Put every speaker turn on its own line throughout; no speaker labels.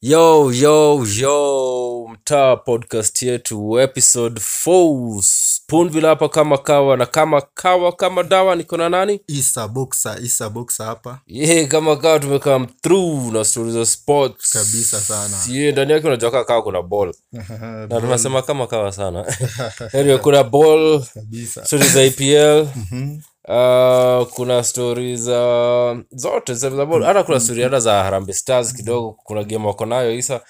yo yo yo mtaa podcast yetu episode 4 spoonville hapa kama kawa na kama kawa kama dawa niko na nani
isa boksa isa boksa hapa
yeah, kama kawa tumekam through na stori za sports
Kabisa sana.
yeah, ndani yake unajua kaa kawa kuna ball na tunasema kama kawa sana anyway, kuna ball
kabisa
stori za epl Uh, kuna stori za zote za za ball. hata kuna stori hata za harambe stars kidogo kuna game wako nayo isa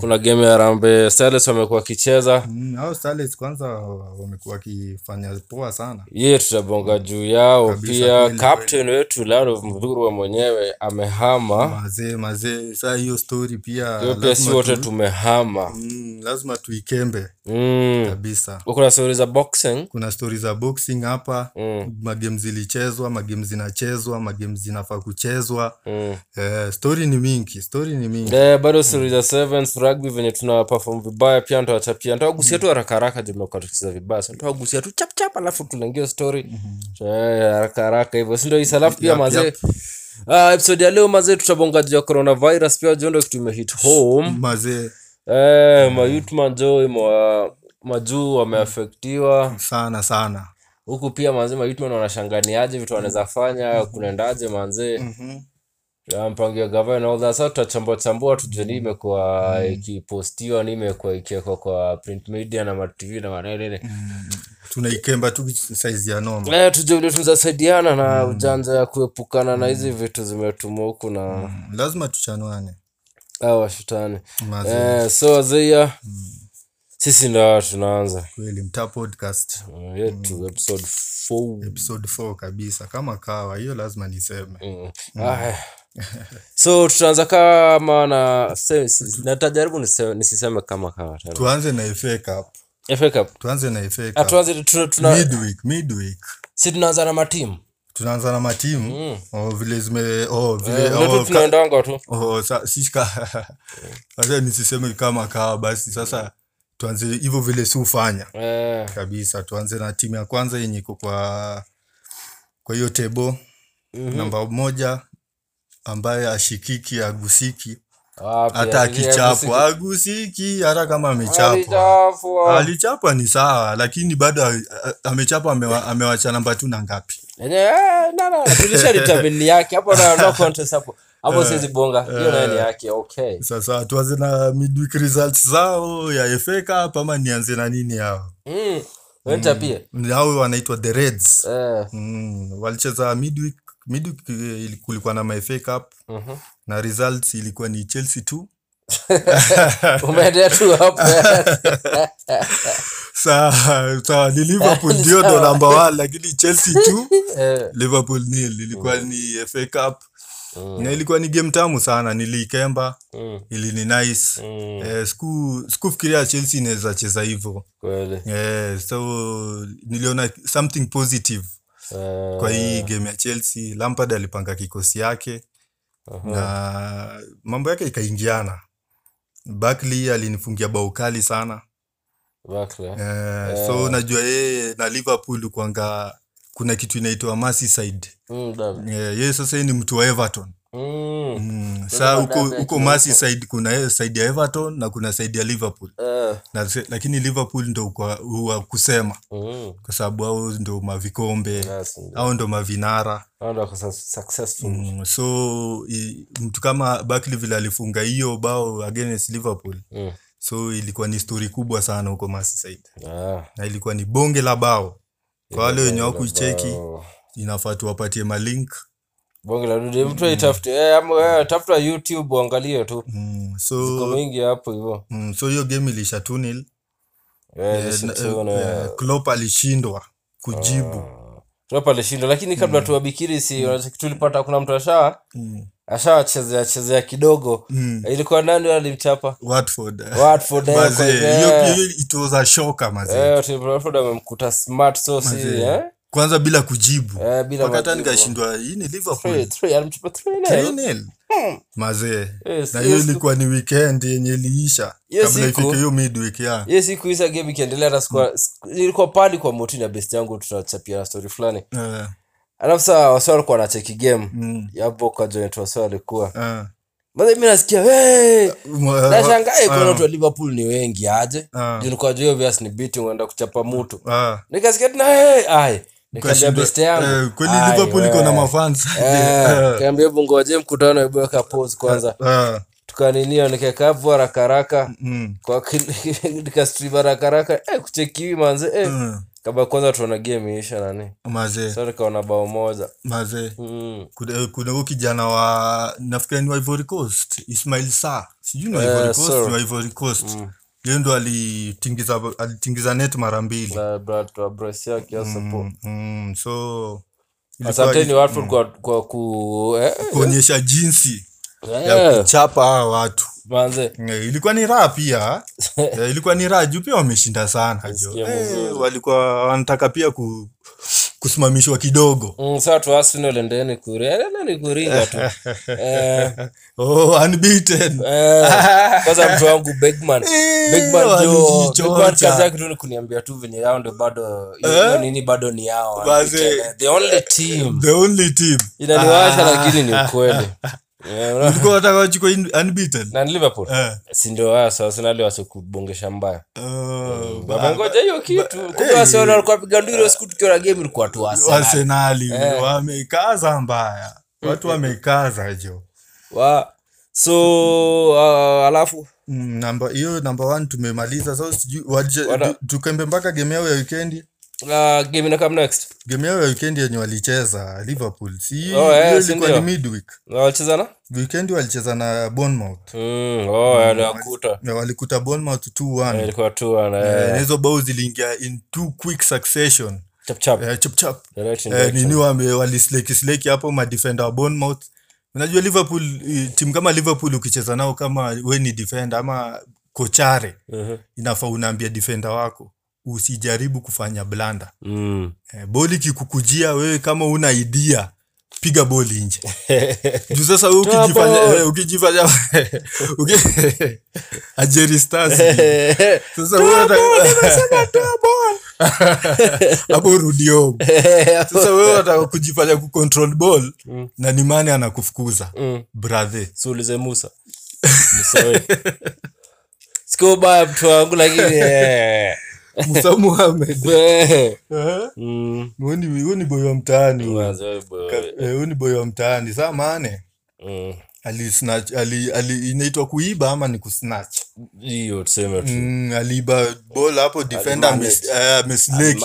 kuna game ya harambe Stars wamekuwa wakicheza
Mm, hao Starlets kwanza wamekuwa wakifanya poa sana
ye tutabonga juu yao
Kabisa,
pia
kweli,
captain wetu Laro Mdhurwa mwenyewe amehama
mazee mazee saa hiyo story pia
Ah. hiyo pia si
Ah, lazima,
wote
tu,
tumehama
mm, lazima tuikembe
mm.
kabisa
kuna stori za boxing
kuna stori za boxing hapa
Mm.
magemu zilichezwa magemu zinachezwa magemu zinafaa kuchezwa
mm.
eh, story ni mingi story ni mingi
Eh, bado stori za sevens rugby venye tuna perform vibaya pia ntawachapia ntawagusia tu haraka haraka juu mmekuwa tukicheza vibaya so ntawagusia tu chapchap alafu tulengie story Eh, haraka haraka hivyo sindo isa alafu pia
Yap,
mazee
yap.
Ah, episode ya leo mazee tutabonga juu ya coronavirus pia jondo kitu imehit home
mazee
Eh, mayut majo ma majuu wameafektiwa
sana sana
huku pia manze mayutman wanashanganiaje vitu wanaweza fanya kunaendaje manze Ya, mpango ya gavana all that. Sasa tutachambua chambua tujue ni imekuwa ikipostiwa ni imekuwa ikiwekwa kwa print media na matv na manenene
tunaikemba tu saizi ya noma
eh, tujue vile tunazasaidiana na ujanja ya kuepukana na hizi vitu zimetumwa huku na
Mm, lazima tuchanwane
hawa washitani
mazee
eh, so wazeia sisi ndo tunaanza
kweli mtaa podcast
Eh, yetu episode 4
episode 4 kabisa kama kawa hiyo lazima niseme
Mm. Aya. so tutaanza kama na se- si- natajaribu nise- nisiseme kama kama tena.
tuanze na FA Cup
FA Cup.
tuanze na FA
Ah,
Cup
tuanze- tuna- tuna-
midweek midweek
si tunaanza na matimu
tunaanza na matimu oh, vile zime oh, vile
Mm. Eh, ndio
oh,
tu
ka,
tunaendanga tu
oh, sa, sishika sasa nisiseme kama kawa basi sasa tuanze hivyo vile si ufanya
Eh,
kabisa tuanze na timu ya kwanza yenye iko kwa kwa hiyo table
Mhm.
namba moja ambaye ashikiki agusiki
wapi,
hata
alilia kusikia.
akichapwa agusiki hata kama amechapwa
Alichapwa.
alichapwa ni sawa lakini bado a- a- amechapwa amewa, amewacha namba tu na ngapi
Yenye, eh, na- na, tulisha determine yake hapo na no contest hapo
Eh.
hapo siwezi bonga hiyo nayo ni yake okay
sasa tuanze na midweek results zao ya FA Cup ama nianze na nini yao
Mm, wacha pia
hao wanaitwa the Reds
Eh,
mm, walicheza midweek midweek eh, ili- kulikuwa na FA Cup
mhm.
na results ilikuwa ni Chelsea tu
umeendea tu hapo
sawa sawa ni Liverpool ndio ndo namba 1 lakini Chelsea tu
Eh,
liverpool nil ilikuwa ni fa cup na ilikuwa ni game tamu sana niliikemba
mm,
ili ni nice
mm,
Eh, siku- sikufikiria chelsea inaweza cheza hivyo
kweli
Eh, so niliona something positive
Eh,
kwa hii game ya chelsea lampard alipanga kikosi yake
Mm. Uh-huh.
na mambo yake ikaingiana Barkley alinifungia bao kali sana
Barkley, eh?
eh, so najua yeye na liverpool kwanga kuna kitu inaitwa merseyside
Mm, David.
Yeah, yeye sasa yeye ni mtu wa Everton.
Mm,
Mm. Saa huko
Everton
huko
pia
Merseyside kuna eh, side ya Everton na kuna side ya Liverpool.
eh,
Na, se- lakini Liverpool ndo kwa huwa kusema
mm,
kwa sababu hao ndo mavikombe
yes, ndio.
hao ndo mavinara
Hao ndio wako su- successful.
mm. So i, mtu kama Barkley vile alifunga hiyo bao against Liverpool,
Mm,
so ilikuwa ni stori kubwa sana huko Merseyside
ah,
na ilikuwa ni bonge la bao kwa wale wenye
bonge la
wakuicheki
bao.
inafaa tuwapatie malink
bonge la dudu mtu aitafute eh, ama eh, tafuta youtube uangalie tu
mm.
Ziko
so
mingi hapo hivyo
mm, so hiyo game ilisha 2-0.
Eh,
Eh,
listen
na-
to,
eh,
eh,
eh, Klopp alishindwa
Ah.
kujibu
Klopp alishindwa lakini kabla tuwabikiri si unacheki tulipata kuna mtu asha
Mm.
ashawachezea chezea kidogo
Mm.
ilikuwa nani yule alimchapa
Watford eh.
Watford, eh, kwa-
Mazee,
eh.
hiyo pia- hiyo it was a shocker mazee.
Eh, Tim Watford amemkuta smart so si
Mazee.
eh?
Kwanza bila kujibu
Eh, bila Eh.
wakati
majibu.
nikashindwa hii ni Liverpool
Three- three, alimchapa three, leo.
3-0. mazee na hiyo ilikuwa ni weekend yenye iliisha
Eh, Hiyo
kabla
siku-
ifike hiyo midweek ya
hiyo siku isa game ikiendelea na
Mm.
sikuwa- siku- ilikuwa pali kwa moti na best yangu tunachapia story fulani
Eh,
alafu saa wasi walikuwa wanacheki game
mm,
yapo kwa joint wasi walikuwa
eh.
maze mi nasikia "Wee!"
Mwa-
nashangaa
ah,
kuna watu wa liverpool ni wengi aje
ah,
julikuwa juu obvious ni biti unaenda kuchapa mutu
ah.
nikasikia tena "Hey!" ay nikaambia
Kashinda-
best yangu
eh, kweli
"Ai,
liverpool iko na
wewe."
mafans
Eh,
Eh,
nikaambia hebu ngoje mkutano hebu weka pause kwanza
eh,
tukaninia nikaeka hapo haraka haraka
mm,
kwa kil- nikastrip haraka haraka eh, kuchekiwi manze eh.
mm.
kabla kwanza tuona game iisha nani
mazee
so tukaona bao moja
mazee
mm.
kuna kuna huyu kijana wa nafikiri ni wa Ivory Coast Ismail Sarr sijui ni wa
Eh,
Ivory Coast
Sarr.
ni wa Ivory Coast
Mm.
yeye ndo alitingiza alitingiza net mara mbili
na brat wa Brescia kiasi po
mm, mm, so ilikuwa
asanteni
ni
watu kwa
mm.
kwa ku eh,
kuonyesha jinsi ya
eh,
kuchapa hawa watu
manze
Eh, ilikuwa ni raha pia Eh, ilikuwa ni raha juu pia wameshinda sana jo.
Nasikia
Eh,
vizuri.
walikuwa wanataka pia ku, kusimamishwa kidogo
mm, saa tu Arsenal endeni kuri eh, endeni kuringa tu eh,
oh, unbeaten
eh, kwanza mtu wangu Bergman
Eh,
Bergman jo Bergman
walijichota.
kazi yake tu ni kuniambia tu venye yao ndio bado hiyo nini bado ni yao
Eh? Manze.
wanaita, the only team
the only team Ah.
inaniwasha lakini ni ukweli Eh, unaona?
ulikuwa wataka wachukua in- unbeaten
na ni Liverpool
Eh,
si ndio wao sasa Arsenal wasikubongesha mbaya
oh, ba-
wamengoja Ah, hiyo kitu kumbe
eh.
Arsenal walikuwa wapiga nduru siku tukiona game ilikuwa tu Arsenal Eh. Mm.
arsenali wamekaza mbaya watu wamekaza jo
wa so uh, alafu
Mm, namba hiyo namba one tumemaliza sasa sijui waje-
Wana-
tu- tukembe mpaka game yao ya wikendi
uh, game ina come next
game yao ya wikendi yenye walicheza liverpool si hiyo
Oh, eh, si
ilikuwa ni
ndio?
midweek
Na walicheza na
wikendi walicheza na bournemouth
mm, oh
Hmm.
aliwakuta
na walikuta bournemouth 2-1
Eh, ilikuwa tu ana
Eh, na
eh,
hizo bao ziliingia in two quick succession
chap chap
Eh, chap chap
direct
eh,
injection
nini wame- walislekisleki hapo madefenda wa Bournemouth. Unajua Liverpool eh, timu kama Liverpool ukicheza nao kama we ni defender ama kochare,
Mhm.
inafaa unaambia defender wako usijaribu kufanya blanda.
Mm.
Eh, boli kikukujia wewe kama una idea piga boli nje. Juu sasa wewe
Toa
ukijifanya
ball.
eh, ukijifanya uki- Algeria Stars. Sasa wewe hapo urudi home. Sasa wewe unataka kujifanya kucontrol ball
Mm.
na ni nani anakufukuza
Mm.
brother.
suulize musa musawe sikubaya mtu wangu lakini eh,
Musa Mohamed.
eh,
Eh?
mm,
Huyu ni huyu ni boy wa mtaani. huyu.
mwanzo wewe boy.
Eh, Huyu ni boy wa mtaani. Saa maane
Mm,
alisnatch ali, ali inaitwa kuiba ama ni kusnatch.
hiyo tuseme tu
Mm, aliiba ball hapo defender ames- eh, amesleki.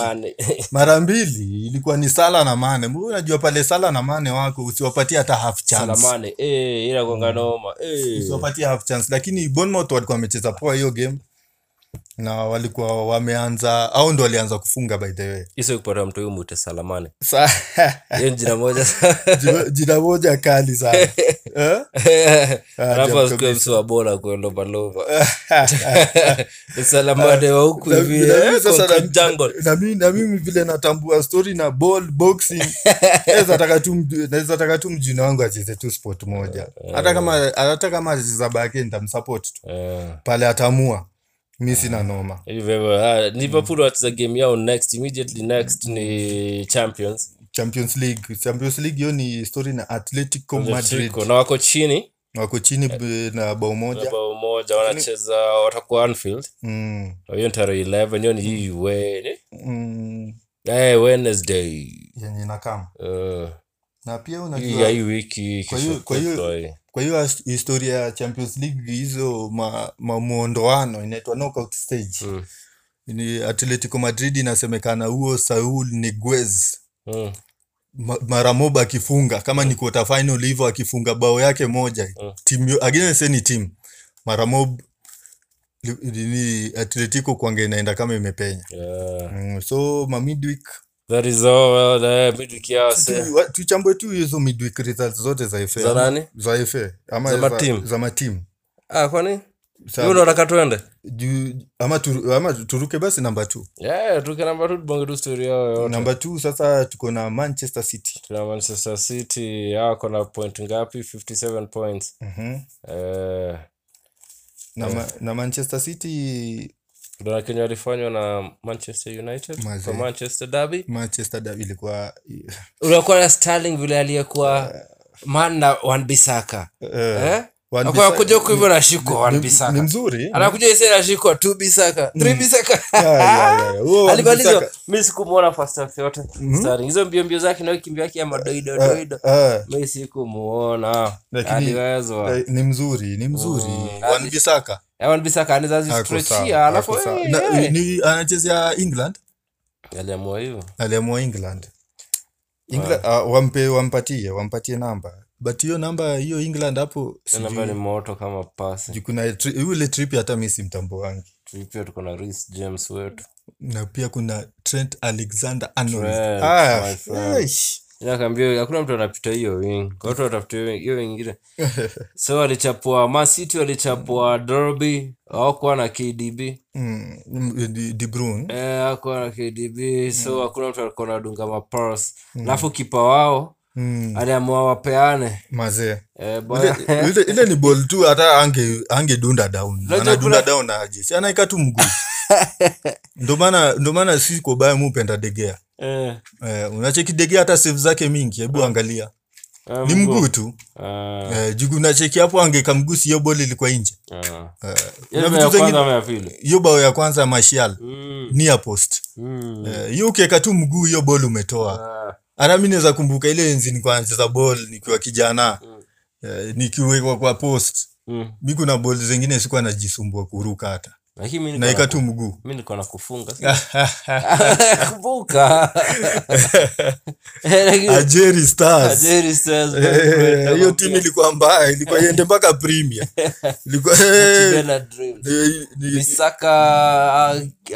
Amani.
Mara mbili ilikuwa ni Sala na Mane. Mbona unajua pale Sala na Mane wako usiwapatie hata half chance. Mm.
Salamane, eh, ila kwanga noma, eh.
usiwapatie half chance lakini Bournemouth walikuwa wamecheza poa hiyo game na walikuwa wameanza au ndo walianza kufunga by the way
Hizo kupata mtu huyu mwite salamane
Sa-
hiyo ni jina moja
jina- jina moja kali sana Eh?
alafu
Ajabu
asikue msi wa bola kuendopalova Eh, salamane wa huku
Na-
hivi
Ah, na mimi
eh,
sasa
kwa
na-
jungle.
na mi- na mimi vile natambua story na ball boxing naweza taka tu mj- naweza taka tu mjina wangu acheze tu sport moja hata kama hata kama acheza bake nitamsupport tu
Eh.
pale atamua mi sina noma
Hivyo hivyo, ah, liverpool
Mm.
wacheza game yao next immediately next ni champions
champions league champions league hiyo ni story na atletico madrid
Atletico. na wako chini
wako chini b- na bao moja
Eh, bao moja wanacheza
Yaani-
watakuwa anfield
mm.
Na hiyo ni tarehe 11 hiyo ni hii Wed-
Mm.
eh, wednesday
yenye nakama
Eh,
na
hii
pia
ya
unajua
hii wiki
Kwa hiyo-
kesho
kwa hiyo-
kutwa hii.
kwa hiyo as- historia ya champions league hizo ma, ma muondoano inaitwa knockout stage
Mm.
ni atletico madrid inasemekana huo saul niguez
Mm,
ma- mara moba akifunga kama ni quarter final hivyo akifunga bao yake moja
Mm.
timu yo- again say ni team mara mob li- ni atletico kwange inaenda kama imepenya
yeah.
mm, so ma midweek
That is all, eh, midweek yao, se-
tu- wa- tuchambwe tu hizo midweek results zote za FA
Za
ama-
nani?
za FA ama
Za
za
matimu.
za matimu
Ah, kwani Wewe unataka twende
juu ama, turu, ama turuke basi namba t
yeah, tuke namba tu tubonge tu story yao yote
namba t sasa tuko na manchester city
tuna manchester city hao wako na point ngapi 57 points
Mhm.
eh
na, ma, na manchester city
kuna kenye walifanywa na manchester united
Mazee.
kwa manchester derby
manchester derby ilikuwa eh,
unakuwa na starling vile aliyekuwa man na wanbisaka
eh,
eh?
Wan-Bissaka-
Ako anakuja huku hivyo nashikwa
ni- ni- ni
wanbisaka
mzuri
anakuja isi nashikwa tu bisaka three bisaka
Mm. Yeah, yeah, Mm-hmm. yeah, yeah. Huo Wan-Bissaka-
alibalizwa mi sikumwona first half yote Starring. hizo mbio mbio zake naokimbio yake ya madoidodoido
Ah,
mi sikumuona
Lakini-
aliwezwa
eh, ni mzuri ni mzuri
Mm.
wanbisaka
wanbisaka
Ako sawa,
anazazistrechia alafu
ako sawa.
eh,
Na-
eh.
ni- anachezea england
aliamua hivyo
aliamua england Engla- ah, wampe wampatie wampatie namba but hiyo namba hiyo england hapo
Hiyo
sijui-
namba ni moto kama pasi
juu kuna tri- ule trip hata mi si mtambo wangi
pia tuko na Reece james wetu
na pia kuna trent alexander arnold
Trent,
Ah,
my friend.
eish.
nakaambia hakuna mtu anapita hiyo wing Kwa watu watafuta hiyo wing- hiyo wingine so walichapua masiti walichapua derby hawakuwa na kdb
Mm, mm, De- De Bruyne.
Eh, hakuwa na kdb
Mm.
so hakuna mtu alikuwa nadunga mapars alafu kipa wao
Mm,
aliamua wapeane
mazee
Eh,
Ile-
bwana.
ile- ile ni bol tu hata ange angedunda down
Unajua
anadunda
kuna-
down na ajesi anaika tu mguu ndo maana ndo maana si kwa ubaya mi hupenda degea
Eh,
eh, unacheki degea hata save zake mingi
Ah.
hebu angalia
eh,
ni
mguu.
mguu tu
Ah,
eh, juu unacheki hapo angeka mgusi hiyo bol ilikuwa nje
ah.
eh,
Hiyo
kuna
ni ya
vitu
kwanza
zengine
ama ya pili
hiyo bao ya kwanza mashial
Mm,
near post
mm.
Eh, hiyo ukiweka tu mguu hiyo bol umetoa
Ah,
hata mi naweza kumbuka ile enzi nilikuwa nacheza bol nikiwa kijana eh, nikiwekwa kwa post
mm.
mi kuna bol zingine sikuwa najisumbua kuruka hata
lakini mi niko na-
naika tu mguu
mi nilikuwa na kufunga kumbuka Eh, lakini-
ajeri stars
Jerry Stars,
Eh,
Belgrade,
hiyo
Liverpool,
timu ilikuwa mbaya ilikuwa iende mpaka premier ilikuwa eh,
Chibena Dream.
eh, ni-
Bisaka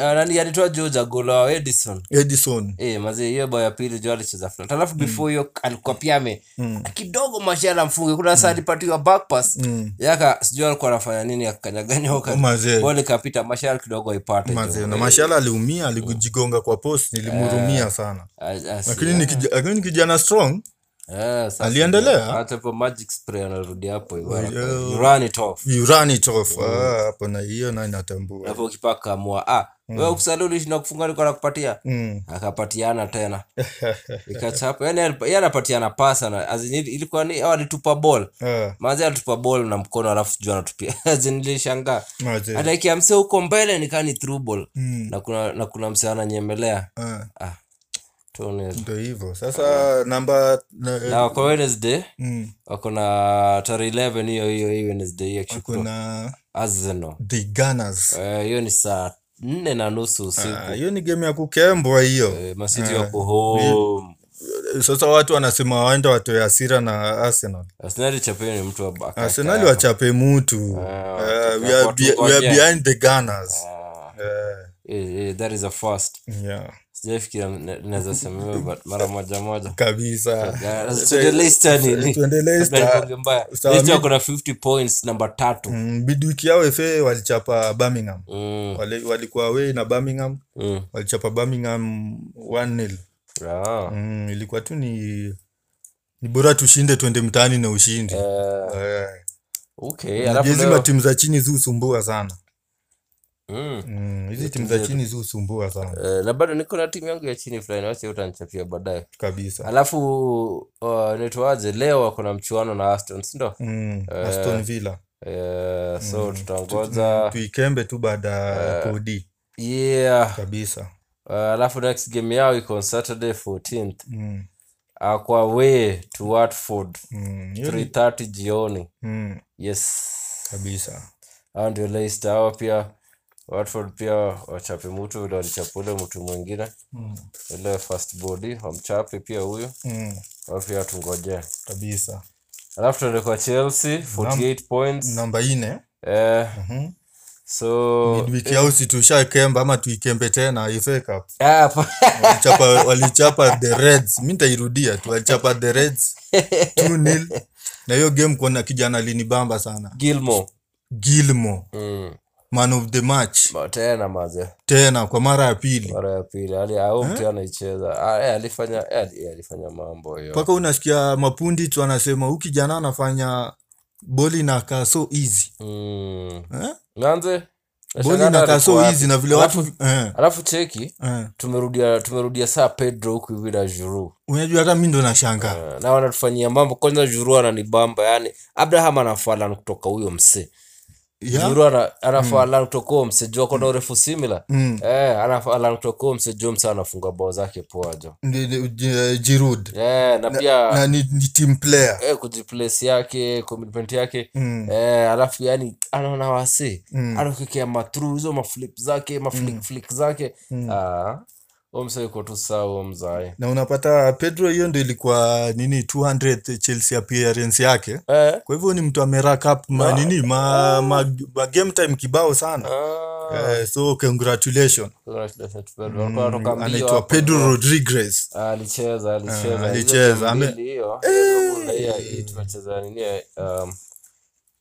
ah, nani alitoa Georgia gola wa Edison.
edison
Eh, mazee hiyo bao ya pili jo alicheza flat. Alafu before hiyo alikuwa pia ame Ah,
Mm.
kidogo mashala mfunge. Kuna saa alipatiwa back pass.
Mm.
Yaka sijui alikuwa anafanya nini akakanyaganya huko.
Mazee.
Bali kapita mashala kidogo aipate.
Mazee, na mashala aliumia alikujigonga kwa post nilimhurumia sana
Ah,
lakini ni kija- lakini ni kijana strong Aliendelea?
Ah, Hata hapo magic spray anarudi hapo hivyo.
Well,
You run it off.
urani tof Ah, hapo na hiyo na inatambua
Hapo ukipaka mwa ah, wewe ukisalia ulishinda kufunga alikuwa anakupatia.
Mm.
akapatiana tena ikachapa yani alipa- yeye anapatiana pasa na as in ili- ilikuwa ni au alitupa ball
Ah,
mazi alitupa ball na mkono alafu juu anatupia As in nilishangaa
mazee.
adakia msee huko mbele nikaa ni through ball
Mm.
na kuna na kuna msee ananyemelea
Ah,
ah tuone
ndo hivyo sasa namba na- eh,
na kwa Wednesday
mm,
wako na tarehe 11 hiyo hiyo hiyo Wednesday hiyo kishuku
kuna
Arsenal
the gunners
Eh, hiyo ni saa nne na nusu usiku
Ah, hiyo ni game ya kukembwa hiyo Eh,
Eh, Masiti wako home
sasa watu wanasema waenda watoe hasira na arsenal
Arsenal chapeni mtu wa baka
arsenal wachape mutu
Ah,
Ah,
watu
we are
wako
be- we are
tukonje.
behind the gunners
Ah,
Eh,
eh, eh, that is a first
yeah.
sijaifikira na- naweza semewa but mara moja moja
kabisa
tuendelee stanini
tuendelee Star. Sawa, mi-
mbaya kuna 50 points namba tatu
Mm, bidwiki yao FA walichapa birmingham
Mm,
Wali- walikuwa away na birmingham
mm.
walichapa birmingham 1-0.
Ah,
Mm, ilikuwa tu ni ni bora tushinde twende mtaani na ushindi
eh,
Eh,
okay
unajua
alafu
hizi
leo-
matimu za chini ziusumbua sana
Mm.
Mm, hizi timu za chini ziusumbua sana
Eh, na bado niko na timu yangu ya chini fulani wacha utanichapia baadaye
Eh. kabisa
alafu uh, inaitwaje leo wako na mchuano na aston sindo
Mm, aston villa
Eh, so
Mm,
tutaongoza
tuikembe tu baada ya kodi
yeah
kabisa
Uh, alafu next game yao iko on saturday 14th
Mm,
uh, kwa way to watford
mm, hiyo ni-
330 jioni
mm,
yes
kabisa
hao ndio leicester hao pia watford pia wachape mtu vile walichapa ule mtu mwingine
Mm,
ile first body wamchape pia huyu
mm,
au pia tungojee
kabisa
alafu tuende kwa chelsea 48 points
namba ine
eh,
Mhm.
so
midweek yao si tushakemba ama tuikembe tena FA Cup.
Ah, pa-
Walichapa, walichapa the Reds. Mi nitairudia tu walichapa the Reds 2-0. Na hiyo game kuna kijana alinibamba sana.
gilmore
gilmore
mm.
man of the match
Ma- tena maze
tena kwa mara ya pili
mara ya pili ali
Eh?
au mtu anaicheza Ah, eh, alifanya eh, ali- eh, alifanya mambo hiyo
mpaka unasikia mapundi tu anasema huyu kijana anafanya boli inakaa so easy
mm.
eh?
nanze
boli inakaa so easy na vile watu eh,
alafu cheki
eh.
tumerudia tumerudia saa pedro huku hivi na juru
unajua hata mi ndo nashangaa
Eh, na wanatufanyia mambo kwanza juru ananibamba yaani, yani abraham anafalan kutoka huyo msee
Yeah?
juru ana- anafalan kutoka huyo msee juu akona urefu simila
Mm.
eh, anafalan kutoka huyo msee juu msee anafunga bao zake poajo
Ndi- ndi- ji- Giroud
eh, na pia
na ni, ni team player
eh, kujiplace yake commitment yake
Mm.
eh, alafu yani anaona wasi
Mm.
anakekea mathru hizo maflip zake maflikflik zake
Mm.
Ah, huyo msee uko tu sawa mzae
na unapata Pedro, hiyo ndo ilikuwa nini 200 Chelsea appearance yake.
eh,
Kwa hivyo ni mtu amerak up ma, nini ma, ma, ma game time kibao sana
ah,
eh, so congratulation.
congratulations to Pedro. Alikuwa anatoka mbio
Anaitwa
hapo.
Pedro Rodriguez.
alicheza alicheza
Ah,
Hizo
alicheza,
timu
ame- Eh!
mbili hiyo. Yaani Liverpool na hii- hii tumecheza nini eh, um,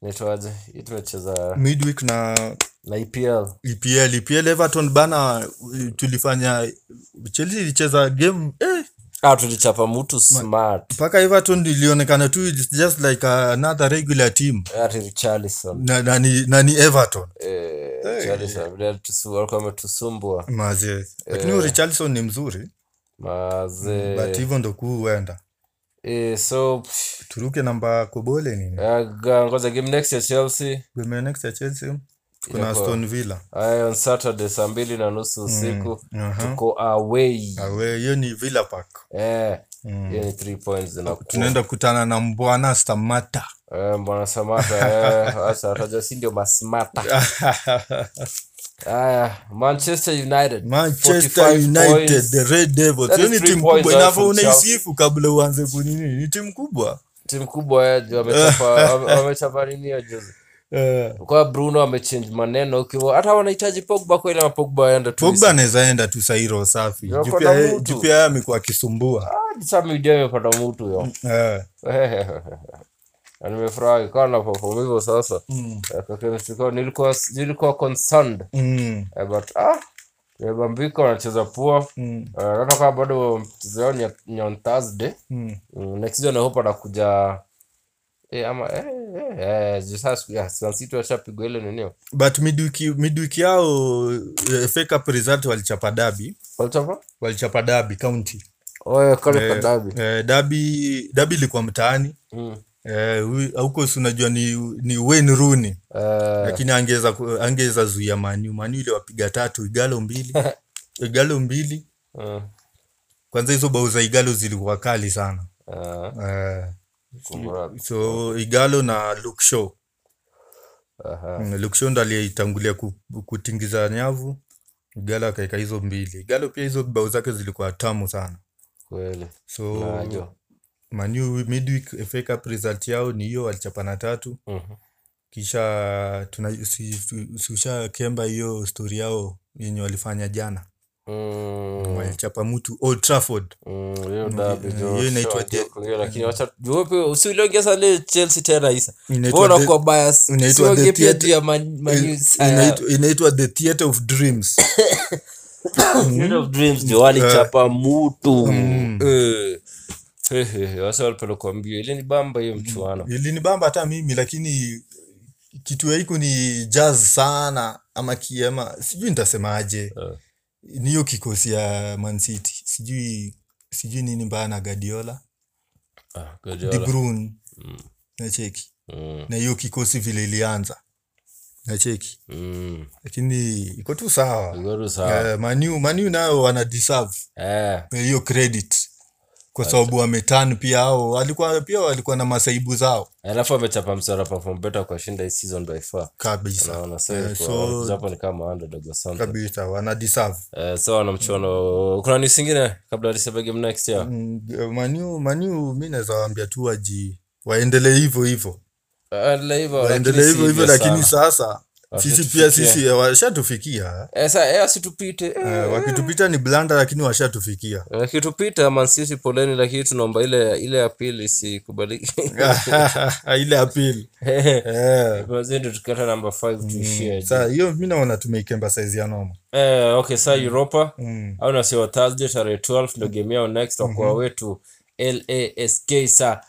inaitwaje? hii tumecheza
Midweek na E
na E EPL
EPL, EPL Everton bana, uh, tulifanya Chelsea ilicheza game eh,
ah tulichapa mtu smart
mpaka Everton ilionekana tu it's just like another regular team
Ah, ati Richarlison
na, na, ni, na ni Everton
eh Richarlison vile alitusu- walikuwa wametusumbua Eh.
mazie, lakini huyu Richarlison ni mzuri Mm, but
maze
hivyo ndo kuu huenda
eh so pff,
turuke namba kobole nini
ah, ga- ngoja game next ya Chelsea
Game next ya Chelsea kuna
Inakuwa-
Aston Mm. Villa
Aye, on Saturday saa mbili na nusu usiku
aha.
tuko away
awe hiyo ni Villa Park Mm.
eh hiyo ni three points zinakuwa
tunaenda kutana na mbwana Stamata
Eh, Bwana Samata eh, acha ataja si ndio masmata. Haya, Manchester United.
Manchester
45
United
points.
the Red Devils
That
hiyo
is
ni
three
timu
points
kubwa
out
inafaa
from Chelsea.
unaisifu kabla uanze kunini ni timu kubwa
Timu kubwa eh, ndio wamechapa wame- wamechapa nini ya juzi.
Eh,
Kwa Bruno amechange maneno ukiwa hata wanahitaji Pogba kweli ama Pogba aende tu.
Pogba anaweza enda tu Sairo safi
Yuko
Juu pia
na
yeye-
mtu.
juu pia yeye amekuwa akisumbua
Ah, Sasa media imepata mtu yo.
Eh,
Na nimefurahi kwa na perform hivyo sasa. Eh, Kwa kweli sikuwa- nilikuwa nilikuwa concerned
mm,
Eh, but ah wamebambika wanacheza poa
mm,
Eh, naona kama bado mchezo wao ni ya- ni on thursday
mm.
Mm, next season I hope anakuja eh, ama eh, eh, eh, juu sasa siku- ya, Man City washapigwa ile nini
but midwiki midwiki yao eh, FA Cup result walichapa dabi
walichapa
walichapa dabi kaunti
oye kale
Eh,
kadabi
eh, dabi dabi ilikuwa mtaani
Mm,
Eh, huyu- huko si unajua ni, ni Wayne Rooney
eh,
lakini angeweza ku- angeweza zuia Manu Manu iliwapiga tatu igalo mbili igalo mbili
mm,
kwanza hizo bao za igalo zilikuwa kali sana
eh,
eh,
kumbuka,
so igalo na Luke Shaw
aha.
Mm, Luke Shaw ndo aliyetangulia ku- kutingiza nyavu igalo akaeka hizo mbili igalo pia hizo bao zake zilikuwa tamu sana
kweli
so
Najo.
Manu midweek FA Cup result yao ni hiyo walichapana tatu
Mhm.
kisha tuna si, si, si usha kemba hiyo stori yao yenye walifanya jana
Mm,
walichapa mtu Old Trafford
mm, hiyo derby
eh,
jo,
hiyo inaitwa
sio
je-
kuingia, lakini wacha- juu wewe pia usiuliongea sana ile Chelsea tena Isa.
Inaitwa
Wewe
the-
unakuwa bias.
inaitwa the
Usiongee pia
theatre-
juu ya Man- Man eh,
in-
United.
inaitwa- inaitwa the theatre of dreams
Field of Dreams ndio walichapa mutu
Hmm.
Eh. Hehe, wasa walipenda kuambia ile ni bamba hiyo mchuano
Hmm. ilinibamba hata mimi lakini kitu ya hiku ni jazz sana ama kiema sijui nitasemaje
Eh.
ni hiyo kikosi ya Man City sijui sijui nini mbaya na Guardiola
Ah,
De
Guardiola.
Bruyne nacheki
Mm,
na hiyo kikosi vile ilianza nacheki
mm.
lakini iko tu sawa
Igoro sawa.
Eh, manu manu nayo wana deserve
Eh,
hiyo credit kwa sababu wametan pia hao walikuwa pia walikuwa na masaibu zao
Eh, alafu amechapa msara perform better kwa shinda hii season by far
kabisa
naona so
Eh,
kwa-
so-
japo ni kama underdog or something
kabisa wana deserve
eh so wana mchuano kuna news ingine kabla tuseme game next year
Mm, manu manu mi naweza waambia tu waji waendelee hivyo hivyo
endelee Eh, hivyo
waendelee
lakini si
hivyo hivyo
hivyo
lakini
sana.
sasa sisi pia sisi eh, washatufikia
esa eh, asitupite eh,
Eh, wakitupita ni blanda lakini washatufikia
akitupita mansiti poleni lakini tunaomba ile ile ya pili isikubaliki
ile apili Eh, Mm.
mazindi tukata namba 5 tuishie
saa hiyo mi naona tumeikemba saizi ya noma
eh, okay saa europa
Mm.
au nasiwa thursday tarehe 12 ndo game yao next wakoa
Mm-hmm.
wetu lask saa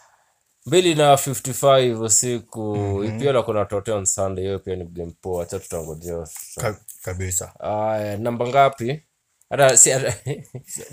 mbili na 55 usiku mm-hmm. pia nakuna tote on sunday hiyo pia ni game poa wacha tutangojea
Ka- kabisa
aya namba ngapi hata si- hata-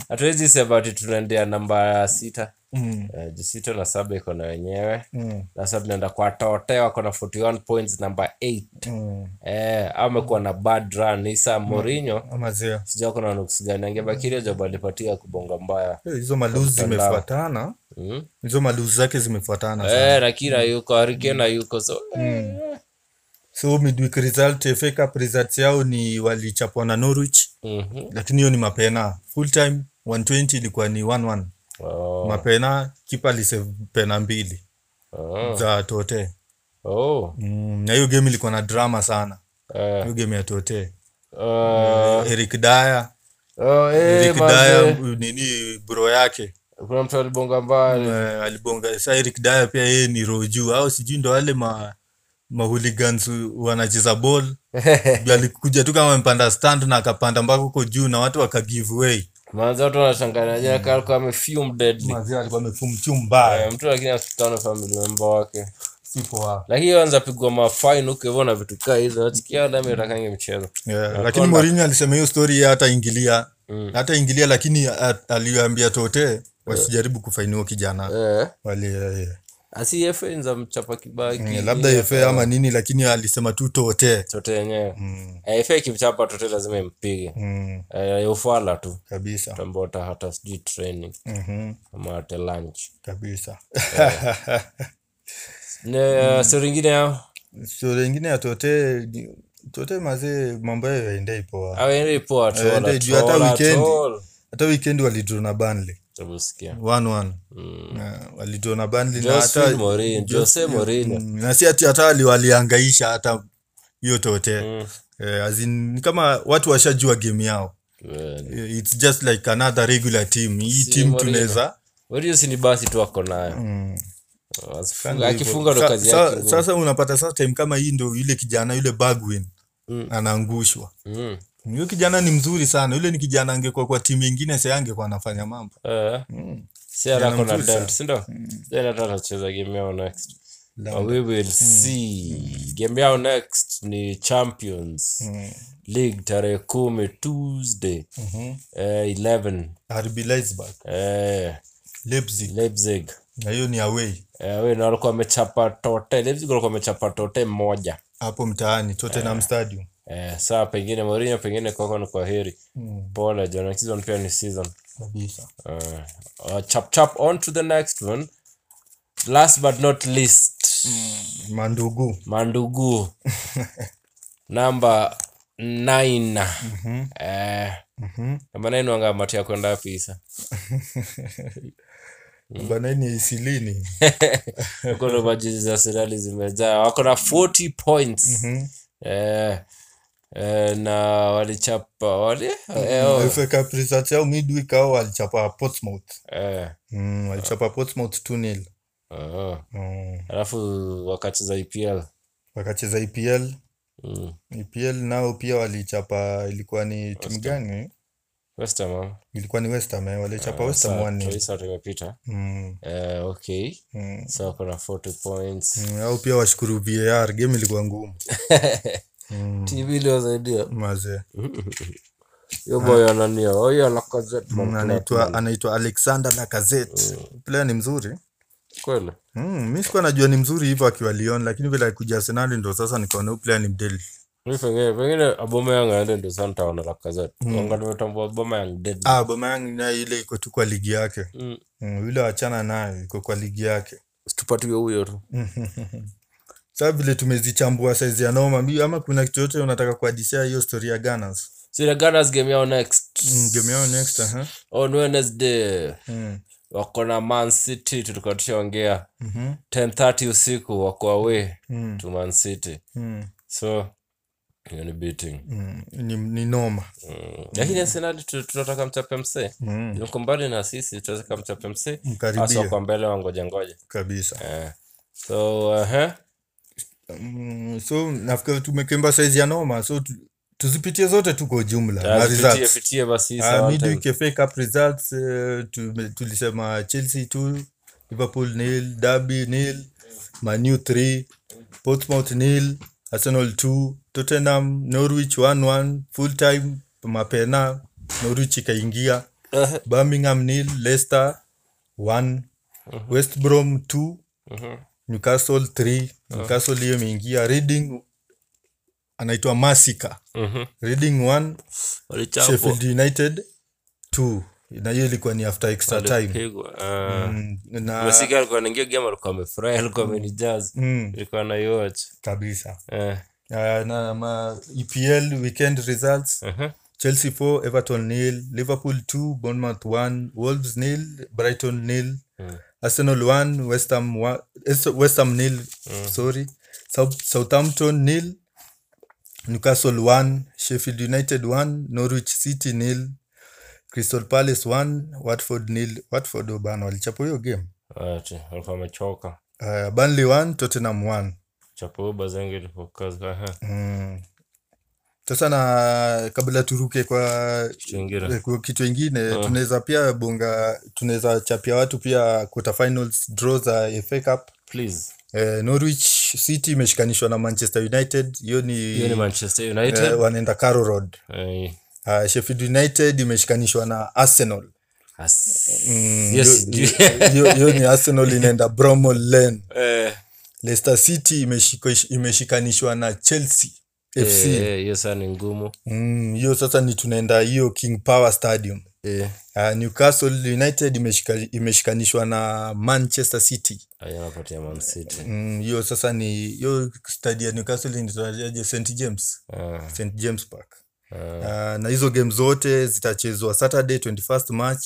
hatuwezi sema ati tunaendea namba sita
Mm.
Eh, juu sita na saba iko na wenyewe
Mm.
na sasa tunaenda kwa tote wako na 41 points namba 8
Mm.
eh, amekuwa na bad run isa morinho
Ama zia.
sijua kuna nuksi gani
Mm.
angebakiria job alipatia kubonga mbaya
Eh, hizo maluzi zimefuatana
Mm.
hizo maluzi zake zimefuatana sana.
eh, nakira yuko harikena yuko so
Mm.
eh,
so midweek result FA Cup results yao ni walichapwa na norwich
mhm.
lakini hiyo ni mapena full time 120 ilikuwa ni 11
Oh,
mapena kipa alisave pena mbili
oh,
za tote
oh,
mm, na hiyo game ilikuwa na drama sana
eh,
hiyo game ya tote
eh,
eric daya
oh, eh,
eric
manze.
daya nini bro yake
kuna mtu alibonga mbaya
Eh, alibonga sa eric daya pia yeye ni roju au sijui ndo wale ma mahuligans wanacheza ball Ndio alikuja tu kama amepanda stand na akapanda mpaka huko juu na watu wakagive way
manzi watu wanashangana
Mm.
jaka alikuwa amefume deadly
maziwa alikuwa amefumchu mbaya
Eh, mtu lakini asutano family member wake
si poa
lakini anza pigwa mafaini huko hivyo na vitu kaa hizo nasikia dami atakange mchezo
yeah, lakini Mourinho alisema hiyo story yeye hata ingilia
Mm.
hata ingilia lakini a- aliwaambia tote wasijaribu kufainiwa kijana
eh.
wale eh,
asi FA nza mchapa kibaki
eh, labda FA ama nini lakini alisema tu tote
tote yenyewe
Hmm.
Eh, FA ikimchapa tote lazima impige
mm,
Eh, ufala tu
kabisa
tambota hata sijui training
Mhm,
ama hata lunch
kabisa
ne
Hmm.
mm. stori ingine yao
stori ingine ya tote ni- tote mazee mambo yayo yaendei poa
awaende poa
Eh,
tuola
ndio, hata
tuola
weekend.
tuola
hata wikendi walidro na banle
tabusikia
walidro na banle na
Jose
hata
Mourinho, Jose Mourinho.
Mm, na si ati hata wali- walihangaisha hata hiyo tote
Mm.
eh, as in, ni kama watu washajua game yao
Well,
Eh, it's just like another regular team hii
Si
team
Mourinho.
tunaweza
Mourinho si ni basi tu ako nayo
mm,
Asifunga- akifunga ndo
sa-
kazi
sa-
yake
sasa unapata sasa time kama hii ndo yule kijana yule bagwin
Mm.
anaangushwa
Mm.
huyo kijana ni mzuri sana yule ni kijana angekuwa kwa timu ingine sa angekuwa anafanya mambo
Eh.
mm.
si hata ako na
mzuri sana.
dent sindo then hata atacheza game yao next Uh, we will see game yao next ni champions league tarehe kumi tuesday eh, 11
RB Leipzig
eh,
Leipzig
leipzig
na hiyo ni away
eh, we na walikuwa wamechapa tote leipzig walikuwa wamechapa tote moja
hapo mtaani Tottenham Stadium
eh, saa pengine Mourinho pengine kwako ni kwa heri pole jo next season pia ni season
kabisa
uh, uh, chap chap on to the next one last but not least
mandugu
mandugu namba nine eh, namba nine wangamatia kwenda pisa Mm.
bana ni isilini
kono majezi za serikali zimejaa wako na 40 points
Hmm?
eh, eh, na walichapa wali, eh, oh,
FA Cup results yao midweek au walichapa Portsmouth
eh,
mm, walichapa Portsmouth 2-0
oh.
mm.
alafu wakacheza epl
wakacheza EPL
mm.
EPL nao pia walichapa ilikuwa ni timu gani
westam
ilikuwa ni West Ham eh,
Ah,
walichapa West Ham 1-0
tumepita
mm,
eh, okay
mm.
so wako na 40 points
Mm, au pia washukuru VAR game ilikuwa ngumu Hmm.
tv iliwasaidia
mazee
hiyo boyo anania oyo alakozet
Mm, anaitwa anaitwa Alexander Lacazette player ni mzuri
kweli
Mm, mi sikuwa najua ni mzuri hivyo akiwa Lyon lakini vile alikuja Arsenal ndo sasa nikaona huyu player ni mdeli.
mi pengine pengine aboma yangu aende ndio sana taona lakazet
Hmm.
anga nimetambua aboma yangu dead
Ah, Aubameyang naye ile iko tu kwa ligi yake.
Mm.
Mm, yule achana nayo iko kwa ligi yake.
situpatiwe huyo tu
Hmm. Sasa vile tumezichambua saizi ya noma, mi ama kuna kitu yote unataka kuadisia hiyo story ya Gunners.
sina ganas game yao next
Mm, game yao next, aha.
on wednesday
Mm.
wako na man city tulikuwa tushaongea
Mhm.
10:30 usiku wako away
Mm.
to man city
Mm.
so hiyo ni beating
mm, ni, ni noma
Mm. lakini arsenali tu- tunataka mchape msee
mm,
yuko mbali na sisi tunataka mchape msee hasa
mkaribia
kwa mbele wangoja ngoja
kabisa
Eh. so uh,
mm, so nafikiri tumekemba saizi ya noma so tu, tuzipitie zote tu kwa ujumla na
pitie
results
pitie basi hii
Ah,
sawa time.
midweek FA Cup results eh, tume- tulisema Chelsea 2 Liverpool nil Derby nil Manu 3 Portsmouth nil Arsenal 2 Tottenham Norwich 1-1 full time mapena Norwich ikaingia
Eh,
Birmingham nil Leicester 1 West Brom 2
mhm.
Newcastle 3 Newcastle hiyo imeingia Reading anaitwa Masika
Mhm.
Reading 1
Walichapwa,
Sheffield United 2 na hiyo ilikuwa ni after extra time
walipigwa. Ah.
mm, na
Masika alikuwa anaingia game alikuwa amefurahi alikuwa amenijaza
mm,
alikuwa anaiwatch
kabisa
Eh,
Ah, na ma EPL weekend results
aha.
Chelsea 4 Everton nil Liverpool 2 Bournemouth 1 Wolves nil Brighton nil
Mm.
Arsenal 1 West Ham wa- Es- West Ham nil sorry South, Southampton nil Newcastle 1 Sheffield United 1 Norwich City nil Crystal Palace 1 Watford nil Watford oh, bana walichapa hiyo game
Ati, alikuwa amechoka
uh, Burnley 1 Tottenham 1
chapauba zangu Uh-huh. ilipokaza
mm. Sasa na kabla turuke kwa
chingira
Eh, kwa kitu ingine
Ah.
tunaweza pia bonga tunaweza chapia watu pia quarter finals draw za FA Cup
please
eh, Norwich City imeshikanishwa na Manchester United hiyo ni,
hiyo ni manchester
eh,
united
wanaenda Carrow Road
Eh,
uh, Sheffield United imeshikanishwa na Arsenal
as-
Mm,
Yes,
hiyo- hiyo hiyo ni Arsenal inaenda Bramall Lane
Eh,
Leicester City imeshiko- imeshikanishwa na Chelsea FC
eh, hiyo saa ni ngumu
Mm, hiyo sasa ni tunaenda hiyo King Power Stadium
Eh,
Uh, Newcastle United imeshika, imeshikanishwa na Manchester City.
ah, hiyo napatia Man City.
Mm, hiyo sasa ni hiyo stadi ya Newcastle inaitwaje? St James,
Ah,
St James Park.
ah,
Uh, na hizo game zote zitachezwa Saturday 21st March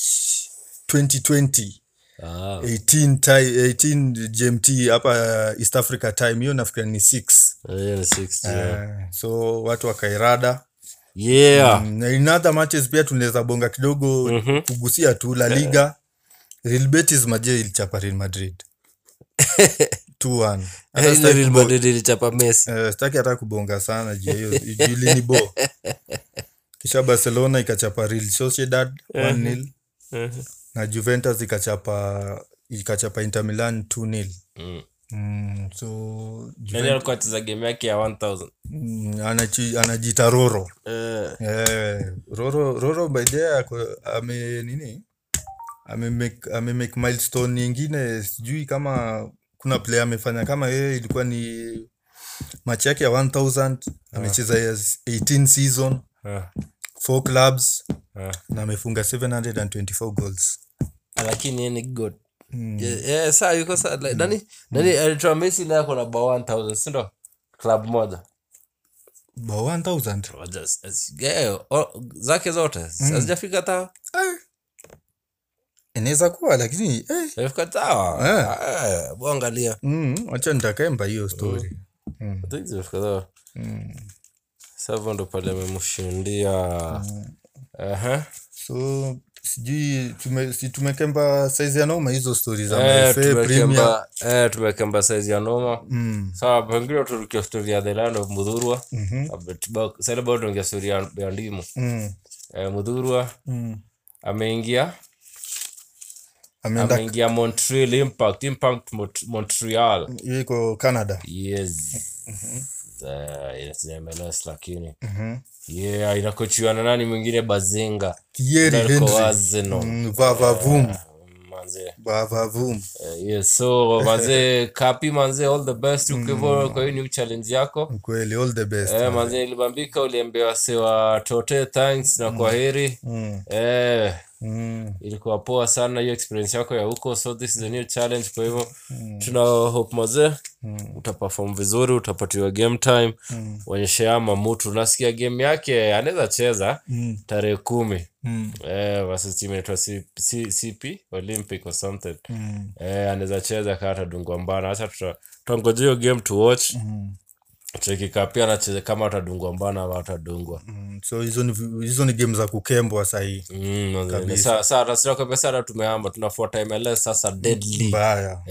2020
ah,
18 ti- 18 GMT hapa uh, East Africa time, hiyo nafikiri ni 6
hiyo ni 60, yeah.
uh, so watu wakairada
Yeah.
Mm, na in other matches pia tunaweza bonga kidogo
Mhm.
kugusia tu La Liga. Real Betis maje ilichapa Real Madrid 2-1. Hata
Eh, ile
sitaki
Real
kubo-
Madrid ilichapa Messi.
eh, sitaki hata kubonga sana juu ya hiyo juli ni bo. Kisha Barcelona ikachapa Real Sociedad 1-0
Mhm.
na Juventus ikachapa ikachapa Inter Milan 2-0.
Mm.
Mm, so
Nani
Juventus,
Yaani alikuwa acheza game yake ya 1000
mm, anachi- anajiita Roro.
Eh,
Eh, Roro Roro by there ako- ame nini? Ame make, ame make milestone nyingine sijui kama kuna player amefanya kama yeye ilikuwa ni match yake ya 1000 amecheza ya 18 season
ah,
4 clubs
ah.
na amefunga 724 goals.
lakini yeye ni god
Mm.
Ye- ye, saa yuko saa like, nani nani alitoa Messi naye ako na bao 1000 si ndo club moja
Ba 1000.
Roger, s- s- yeah, eh, o- zake zote hazijafika tawa
Eh. Inaweza kuwa lakini eh
afika tawa
Eh.
Eh, bwangalia
mm, acha nitakemba hiyo story.
Oh.
Mm.
I think zimefika tawa
Mm.
savo ndo pale amemshindia
Hmm.
Aha.
so sijui tume, si tumekemba saizi ya noma hizo stori za
Eh,
MFA, Premier.
tumekemba- eh, tumekemba saizi ya noma
Mm,
sawa pengine turukia stori ya the land of mudhurwa
mhm,
saiba tuongea stori ya ya ndimu
mm,
eh, mudhurwa
mm.
ameingia
ameenda
ameingia montreal impact impact Mont- montreal
hiyo iko canada
yes Eh, yes, MLS lakini
Mhm.
yeah inakochiwa na nani mwingine bazinga
Thierry
Ndio alikuwa
Henry.
Arsenal.
Mm, vavavum
manze
vavavum
Eh, yes so manze kapi manze all the best ukivo
Mm.
kwa hiyo new challenge yako
kweli all the best
eh, manze ilibambika uliambiwa sewa tote thanks na kwa heri
mm,
eh,
mm,
ilikuwa poa sana hiyo experience yako ya huko so this is a new challenge kwa hivyo
Mm.
tuna hope mazee utaperform vizuri utapatiwa game time
Mm.
onyeshea mamutu nasikia game yake anaweza cheza
mm,
tarehe kumi
mm,
eh, versus team inaitwa C- C- cp olympic or something
mm,
E, eh, anaweza cheza kaa atadungwa mbana hacha tutangojea hiyo game to watch
mm.
chekika pia anacheza kama atadungwa mbana ama atadungwa
Mm, so hizo ni vi- hizo ni game za kukembwa sahii
Mm.
Kabisa.
sasasara tumeamba tunafuata mls sasa deadly E,
mbaya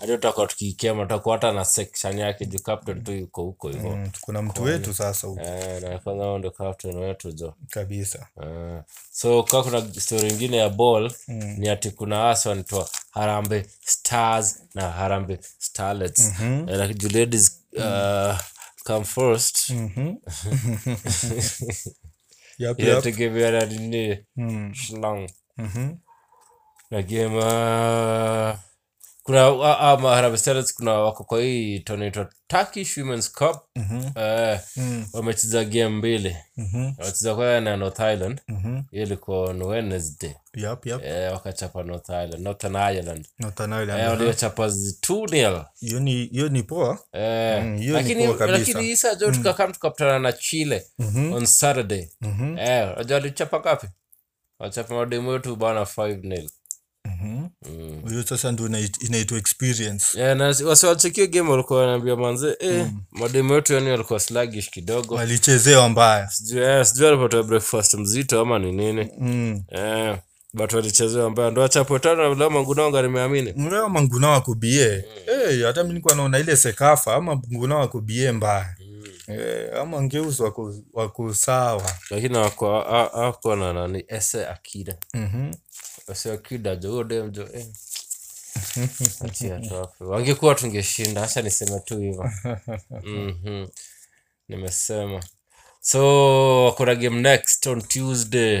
hadi tutakuwa tukiikema tutakuwa hata na section yake juu captain tu yuko huko hivo
Mm, kuna mtu wetu sasa huko
na kwanza wao ndo captain wetu jo
kabisa
Ah, so ka kuna story ingine ya ball
Mm.
ni ati kuna asi wanaitwa harambe stars na harambe starlets
Mhm.
Eh, like the ladies uh, come first
Mm, Yap, yap.
inategemea na nini
Mm,
shlang
mhm.
na game ah, kuna ah, ah, ma harambe starlets kuna wako kwa hii tonaitwa turkish women's cup
Mhm.
Eh,
Mm.
wamecheza game mbili wamecheza kwa na north island
Mhm.
hiyo ilikuwa on wednesday
Yap, yap.
Eh, wakachapa North Island, Northern Ireland.
Northern Ireland,
Eh,
aha.
waliochapa 2-0.
hiyo ni hiyo ni poa
Eh,
Mm, hiyo ni
lakini
poa kabisa. Mm. Mhm.
lakini isa jo tukakam tukakutana na Chile on Saturday.
Mm.
Eh, unajua walichapa ngapi? Wachapa mademu wetu bana 5-0. Mm.
hiyo sasa ndio inait- inaitwa experience
Eh, na wasiwachekio game walikuwa wanaambia manze, eh,
Mm.
mademu wetu yani walikuwa sluggish kidogo.
walichezewa mbaya
Sijui eh, sijui walipata breakfast mzito ama ni nini.
mm.
Eh, but walichezewa mbaya. Ndio achapotana na Lama Ngunonga nimeamini.
mleo manguna wako bie
Mm.
hey, hata mi nilikuwa naona ile sekafa ama nguna wako bie mbaya
Mm.
Eh, ama ngeuzi wako, wako sawa
lakini ako a- ako na nani ese akida
Mhm.
ese akida jogodemjo eh. Achia tuwape. wangekuwa tungeshinda hacha niseme tu hivo Mhm. nimesema so wako na game next on tuesday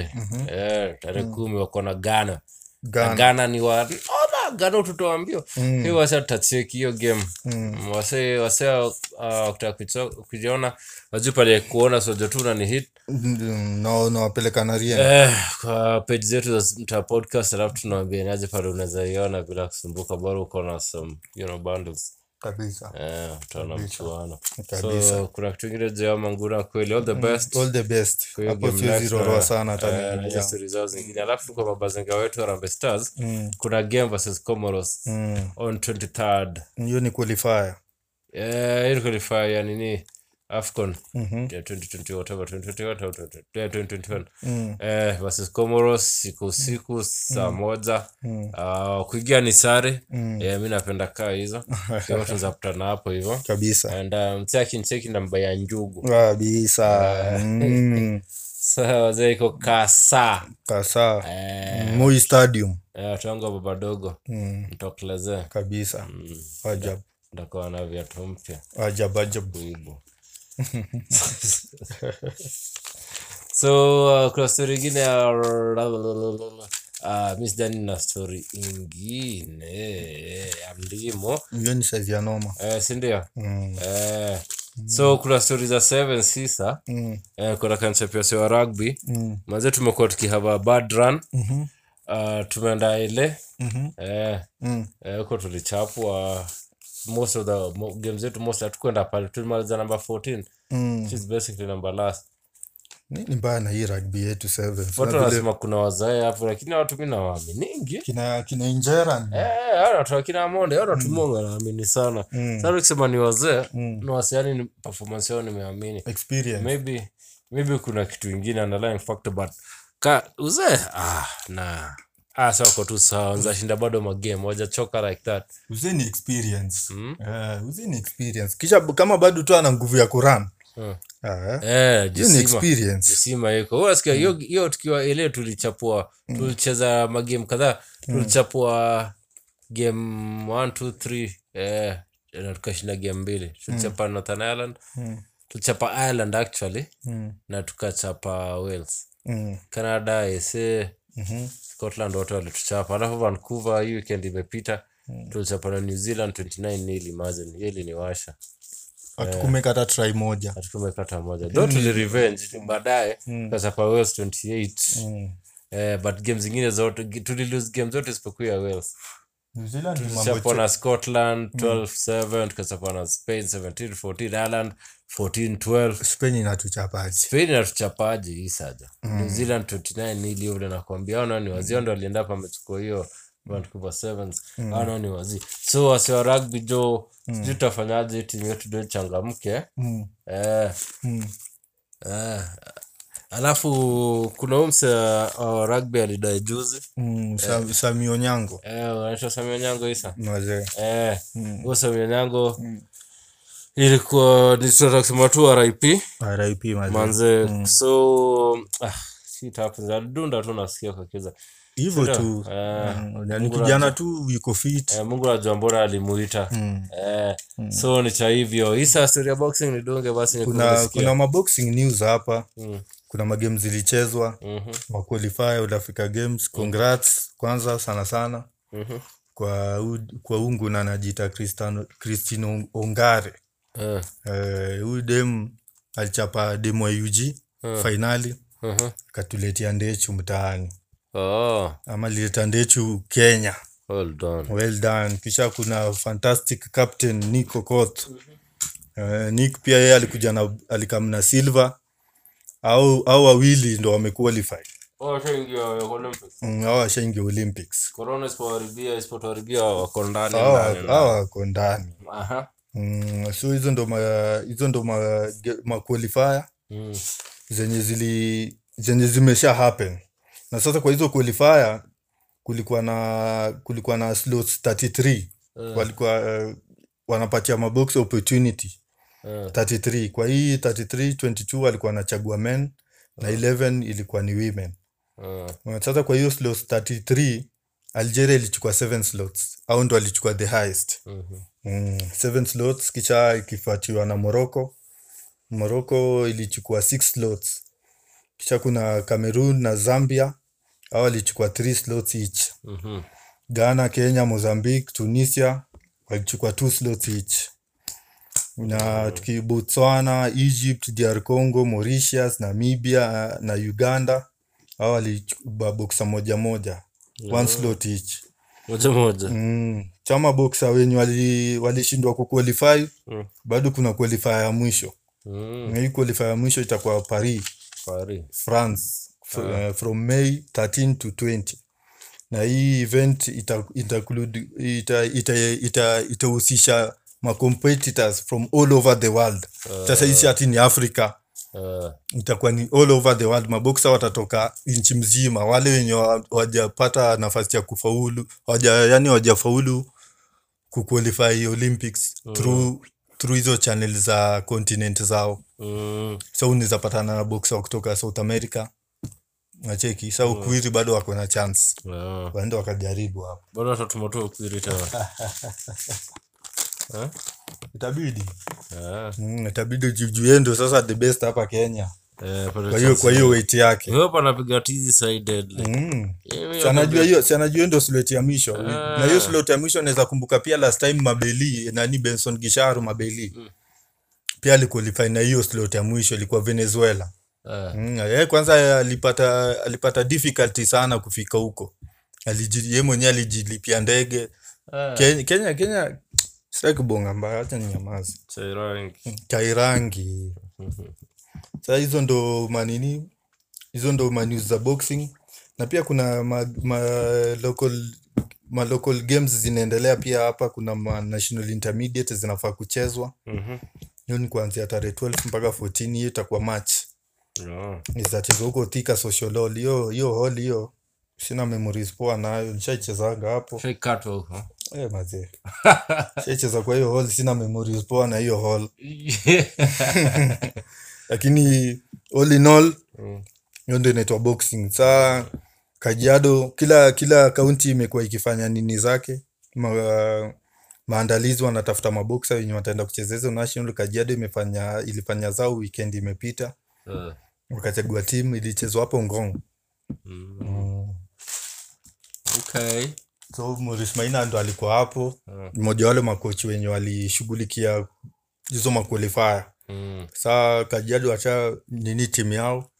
eh, tarehe kumi wako na ghana Na
Ghana.
ghana ni wa ona ghana utotoa mbio hii wasa tutacheki hiyo game mm. wase wase uh, wakitaka kucho- kujiona wajui pale kuona sojo tu nani hit
Mm, no no wapeleka na rie
Eh, kwa page zetu za mta podcast alafu tunaambia naje pale unaweza iona bila kusumbuka bora uko na some you know bundles
kabisa
eh utaona mchuano so
Kabisa. Mm.
kuna kitu kingine jao mangura kweli all the best
all the best
Kwa hiyo
hapo
game
siwezi
next,
rorwa
eh,
sana hata
eh, na hizo
nikiingia.
stories zao zingine alafu kwa mabazinga wetu Harambee Stars kuna game versus Comoros
Mm,
on 23rd
hiyo ni qualifier
eh hiyo ni qualifier ya nini Afcon
Mhm.
ya 2020 whatever 2021 au 2020, yeah, 2021
Mm,
eh, versus Comoros siku usiku saa moja
mm,
Ah, kuingia ni sare
Mm.
Eh, mi napenda kaa hizo Kwa hivyo tunaweza kutana hapo hivo
kabisa
and uh, msee akinicheki namba ya njugu Eh.
kabisa Mm,
saa wazee iko kasa
kasa
eh,
moi stadium
eh, watu wangu wa baba dogo
Mm,
mtokelezee
kabisa
Mm.
ajab
ntakuwa na viatu mpya
ajab ajab
kuibu so uh, kuna stori ingine ya uh, mi sidani na stori ingine ya mlimo
hiyo ni saizi ya noma
eh, sindio
Mm,
Eh, so kuna stori za seven sisa
mm,
eh, kuna kanchapiasi wa rugby
mm,
maze tumekuwa tukihava bad run
mhm,
uh, tumeenda ile
mhm,
eh,
mm.
eh, huko tulichapwa most of the mo- game zetu most hatukwenda pale tulimaliza number 14
Mm.
which is basically number last
nini mbaya na hii rugby yetu sevens?
watu
Na vile
wanasema kuna wazae hapo lakini watu mi nawaaminigi
kina kina injera ni-
Eh, hao watu wakina monde
Mm.
hao watu Mungu anaamini sana sasa ukisema ni wazee ni wasiani ni performance yao nimeamini
experience
maybe maybe kuna kitu ingine underlying factor but ka uzee ah na ah sawa kwa tu sawa nzashinda bado magame wajachoka like that
uzee ni experience
Mm.
Eh, uzee ni experience kisha b- kama bado tu ana nguvu ya kuran
Mm.
hiyo
eh
ni
jisima
experience
sima yuko unasikia hiyo hiyo tukiwa ile tulichapua tulicheza magame kadhaa tulichapua game one two three eh na tukashinda game mbili tulichapa Northern Ireland
Mm.
tulichapa Ireland actually
Mm,
na tukachapa Wales
mm,
Canada ese
mhm,
Scotland wote walituchapa alafu Vancouver hii weekend imepita tulichapa na New Zealand 29 nil imagine hiyo iliniwasha
hatukumeka hata try moja
hatukumekata moja do tuli revenge baadaye tukachapa Wales 28
Mm.
Eh, but game zingine zote tulilose game zote isipokuwa ya wales
New Zealand ni mambo Mm.
tulichapwa na scotland 12-7 tukachapwa na spain 17-14 ireland 14-12
Spain inatuchapaji
spain inatuchapaji
Mm.
hii saja new zealand 29 nili ule nakwambia ona ni wazio ndo alienda hapa amechukua hiyo vancouver sevens
Mm.
ano ni wazi so wasi wa rugby jo sijui tutafanyaje timu yetu do changamke
Mm.
eh,
Mm.
eh. alafu kuna huu mse uh, wa rugby alidai juzi
Mm. Sa- Sami Onyango
eh, unaitwa samia nyango isa
wazee
eh,
Mm.
huu samia nyango
Hmm.
ilikuwa nitutaka kusema tu rip
RIP mazee
manze
Hmm.
so ah, shit happens. alidunda tu nasikia kakiza
hivyo tu
eh,
Mm. Yaani kijana tu yuko fit
eh, mungu najua mbora alimuita
Mm.
eh, so ni cha hivyo isa story ya boxing nidunge basi
kuna
nikunasikia
kuna maboxing news hapa
Mm.
kuna magame zilichezwa
Mhm,
maqualifier All Africa
Mm.
Games congrats kwanza sana sana
mhm.
kwa u- kwa ungu na anajiita Cristiano- Christine Ongare
Eh,
Eh, huyu dem alichapa dem wa UG
Mm.
finali
mhm.
katuletea ndechu mtaani
Oh,
ama lileta ndechu Kenya
well done.
well done kisha kuna fantastic captain Nick Okoth Eh, Nick pia yeye alikuja na alikamna silver au au wawili ndo wamequalify
Oh, thank you, ya Olympics.
Mm, hao washaingia Olympics
Corona isipoharibia isipotuharibia wako ndani ndani,
hawa
ndani.
hawa wako ndani
Aha.
Mm, so hizo ndo ma, hizo ndo ma, ge- ma qualifier
Mm,
zenye zili zenye zimesha happen na sasa kwa hizo qualifier kulikuwa na kulikuwa na slots 33
Eh.
walikuwa eh, wanapatia mabox opportunity
eh,
33 kwa hii 33 22 walikuwa wanachagua men na 11 ilikuwa ni women
eh.
Na sasa kwa hiyo slots 33 Algeria ilichukua 7 slots au ndo alichukua the highest
Mhm.
Mm, seven slots kisha ikifuatiwa na Morocco. Morocco ilichukua six slots. Kisha kuna Cameroon na Zambia hao walichukua three slots each.
Mhm.
Ghana, Kenya, Mozambique, Tunisia walichukua two slots each. Na tuki Botswana, Egypt, DR Congo, Mauritius, Namibia eh, na Uganda hao walichukua boksa moja moja. One slot each.
moja moja
Mm. Chama boxer wenye wali- walishindwa wali kuqualify
Mm.
bado kuna qualifier ya mwisho
Mm,
na hii qualifier ya mwisho itakuwa Paris
fahari.
France f-
Ah.
eh, from May 13 to 20 na hii event ita itaclude- ita ita ita itahusisha ma competitors from all over the world sasa hii si ati ni Africa
Eh,
itakuwa ni all over the world maboksa watatoka nchi mzima wale wenye wa- hawajapata nafasi ya kufaulu hawaja yani hawajafaulu kuqualify olympics through through hizo channel za continent zao
mm,
so unaweza patana na boksa wa kutoka south america nacheki sa ukuiri bado wako na chance
eh.
waende wakajaribu hapo
bado watatumatoa ukwiri tena Eh?
itabidi
Eh,
mm, itabidi jujuendo sasa the best hapa kenya
eh, pata
kwa hiyo
chance.
kwa hiyo weight yake
Huyo hapa anapiga tizi side deadly.
mm.
Yeye
Si anajua hiyo si anajua ndo slot ya mwisho
Ah.
na hiyo slot ya mwisho naweza kumbuka pia last time mabeli nani benson gisharu mabeli pia aliqualify na hiyo slot ya mwisho ilikuwa venezuela
Eh,
mm. yeye kwanza alipata alipata difficulty sana kufika huko Aliji- yeye mwenyewe alijilipia ndege
eh,
Ken- kenya kenya sitaki kubonga mbaya hacha ninyamazi
Chairangi.
kairangi saa hizo ndo manini hizo ndo manews za boxing na pia kuna ma, ma local ma local games zinaendelea pia hapa kuna ma national intermediate zinafaa kuchezwa
Mhm.
hiyo ni kuanzia tarehe 12 mpaka 14 hiyo itakuwa match
No.
nitachezwa huko thika social hall hiyo hiyo hall hiyo sina memories poa nayo nishaichezanga hapo
Fake cut huko.
eh mazee nishaicheza kwa hiyo hall sina memories poa na hiyo hall lakini all in all
Mm.
hiyo ndio inaitwa boxing saa kajiado kila kila kaunti imekuwa ikifanya nini zake ma, maandalizi wanatafuta maboksa wenye wataenda kucheza hizo national kajiado imefanya ilifanya zao weekend imepita
Eh,
wakachagua timu ilichezwa hapo ngong
mm,
mm.
okay.
so Maurice Maina ndo alikuwa hapo
Mm.
mmoja wa wale makochi wenye walishughulikia hizo makualifaya
Mm,
saa kajiado wacha nini timu yao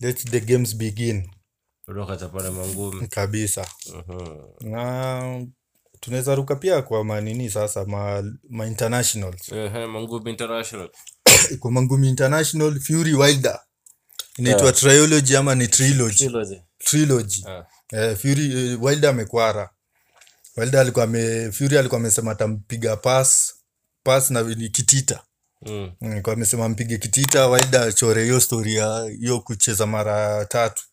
let the games begin
bado wakachapana mangumi.
kabisa
Mhm.
na tunaweza ruka pia kwa manini sasa ma, ma internationals
Eh, haya mangumi international.
kwa mangumi international fury wilder inaitwa trilogy ama ni trilogy
Trilogy.
trilogy
Ah.
eh, Fury eh, Wilder amekwara Wilder alikuwa ame, Fury alikuwa amesema atampiga pass pass na ni kitita
Mm.
Mm, alikuwa amesema mpige kitita Wilder achore hiyo story ya hiyo kucheza mara tatu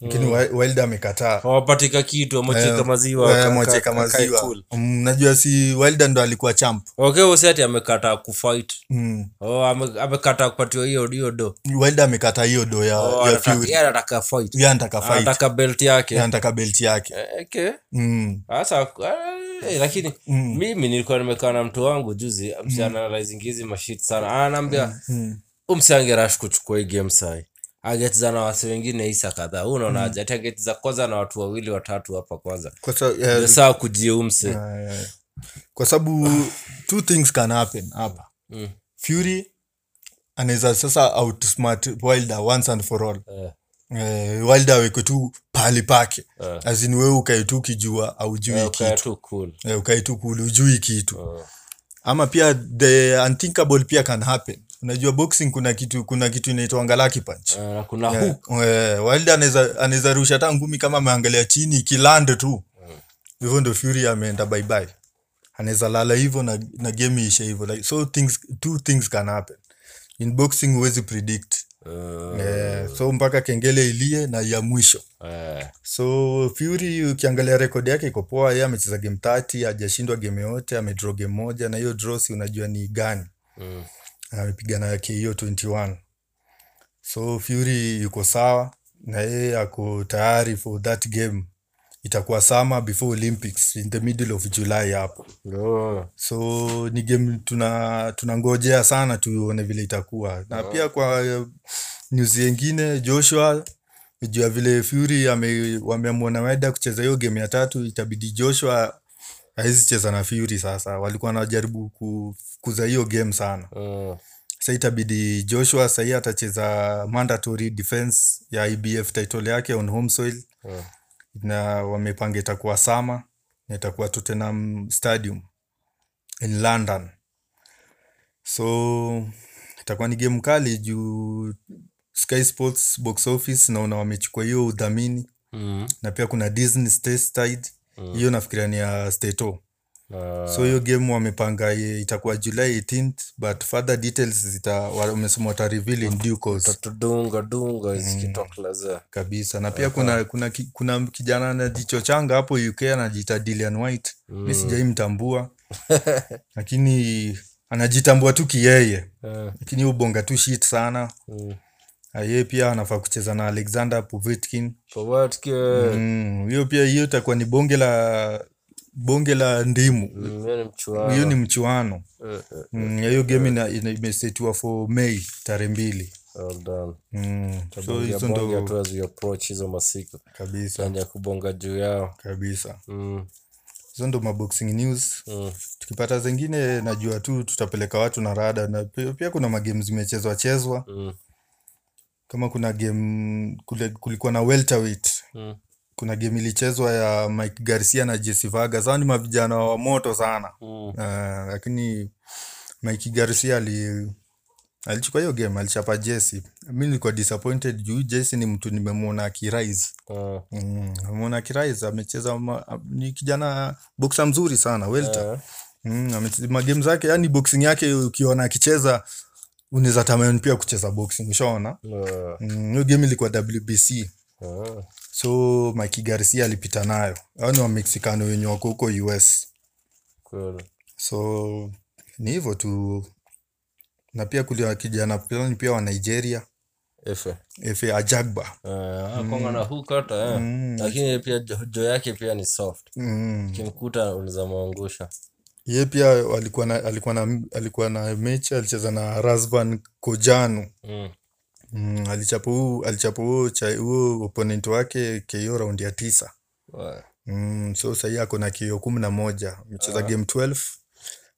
lakini Wi- Wilder amekataa
wapatika kitu amecheka Mm. maziwa
Eh,
ka-
mwacheka
ka- ka- kae
maziwa
cool.
Mm, najua si Wilder ndo alikuwa champ
okay usiati amekataa kufight
mm.
oh, ame- amekataa kupatiwa hiyo hiyo do
Wilder amekataa hiyo do ya,
Oh,
ya
anataka-
Fury
yeye anataka fight
yeye anataka fight
anataka belt yake
yeye anataka belt yake
Eh, okay
mm.
sasa eh, lakini mimi nilikuwa nimekaa na mtu wangu juzi
Mm.
msianalizingizi mashit sana "Um, anaambia umsiange rash kuchukua hii game sai angetiza na wasi wengine isa kadhaa huu unaona
Mm.
aje hati angetiza kwanza na watu wawili watatu hapa kwanza
kwa sa, eh,
Ndio saa kujiumse
eh, kwa sababu two things can happen hapa
Mm.
Fury anaweza sasa outsmart Wilder once and for all
Eh,
eh, Wilder awekwe tu pahali pake
Eh.
azin wewe ukae tu ukijua aujui
eh,
kitu
ukae tu cool
eh, ukae tu kuli ujui kitu
Eh,
ama pia the unthinkable pia can happen unajua boxing kuna kitu kuna kitu inaitwanga lucky punch
eh, na kuna hook.
Eh, Wilder anaweza- anaweza rusha hata ngumi kama ameangalia chini ikiland tu hivyo ndo Fury ameenda bye bye anaweza lala hivyo na, na game iishe hivyo like, so things, two things can happen in boxing huwezi predict
Eh,
eh, so mpaka kengele ilie na ya mwisho
eh,
so Fury ukiangalia rekodi yake iko poa yeye amecheza game tati hajashindwa game yote amedraw game moja na hiyo draw si unajua ni gani
mm,
amepigana KO 21 so Fury yuko sawa na yeye ako tayari for that game itakuwa summer before Olympics in the middle of July hapo
ndio.
so ni game tuna tunangojea sana tuone vile itakuwa na pia kwa eh, news yengine Joshua juu ya vile Fury ame- wameamua na Wilder kucheza hiyo game ya tatu itabidi Joshua hawezi cheza na Fury sasa walikuwa wanajaribu kukuza hiyo game sana
Eh,
sa itabidi Joshua sahii atacheza mandatory defense ya IBF title yake on home soil
eh,
na wamepanga itakuwa sama na itakuwa Tottenham Stadium in London, so itakuwa ni game kali juu Sky Sports box office naona wamechukua hiyo udhamini,
mm,
na pia kuna Disney Stateside hiyo nafikiria ni ya Stato
eh,
so hiyo game wamepanga i- itakuwa july 18th but further details zita wa- wamesema watareveal in due course
tutudunga dunga
Mm.
zikitokelezea
kabisa na pia kuna kuna ki- kuna kijana na jicho changa hapo uk anajiita Dillian white mi sijai mtambua lakini anajitambua tu kiyeye
Eh,
lakini ubonga tu shit sana
mm.
Na yeye pia anafaa kucheza na alexander povetkin
Povetkin,
Mm, hiyo pia hiyo itakuwa ni bonge la bonge la ndimu
mm, yeye ni mchuano.
hiyo ni mchuano
Eh, eh,
Mm, hiyo game ina, ina, imesetiwa for May tarehe mbili.
well done.
Mm, so
Bonge-
hizo
bonge
ndo
tu as we approach hizo masiku
kabisa
tanya kubonga juu yao
kabisa,
mm,
hizo ndo maboxing news.
mm,
Tukipata zengine, najua tu tutapeleka watu na rada, na pi- pia kuna magame zimechezwa chezwa,
mm,
kama kuna game kule, kulikuwa na welterweight
mm,
kuna game ilichezwa ya Mike Garcia na Jesse Vargas. Hao ni mavijana wa moto sana
mm.
Ah, lakini Mike Garcia ali alichukua hiyo game, alichapa Jesse. Mi nilikuwa disappointed juu Jesse ni mtu nimemwona akirise
Eh,
Mm, ameona akirise amecheza ma, ni kijana boxer mzuri sana welter.
eh,
Mm, amecheza magame zake, yani boxing yake ukiona akicheza unaweza tamani pia kucheza boxing, ushaona?
eh,
Mm, hiyo game ilikuwa WBC.
eh.
So Mike Garcia alipita nayo. Hao ni wa Mexicano wenye wako huko US.
Kweli.
So ni hivyo tu, na pia kulia kijana fulani pia wa Nigeria
Efe.
Efe Ajagba
Eh,
Mm.
akonga na hook hata eh. lakini pia jo jo yake pia ni soft
mm.
kimkuta unaweza maangusha
Ye pia alikuwa na, alikuwa na, alikuwa na mechi alicheza na Razvan Kojanu
mm.
mm. alichapa huu alichapa huo cha- huo opponent wake KO raundi ya tisa
Wa-
mm. so sahii ako na KO kumi na moja
Ah.
amecheza game 12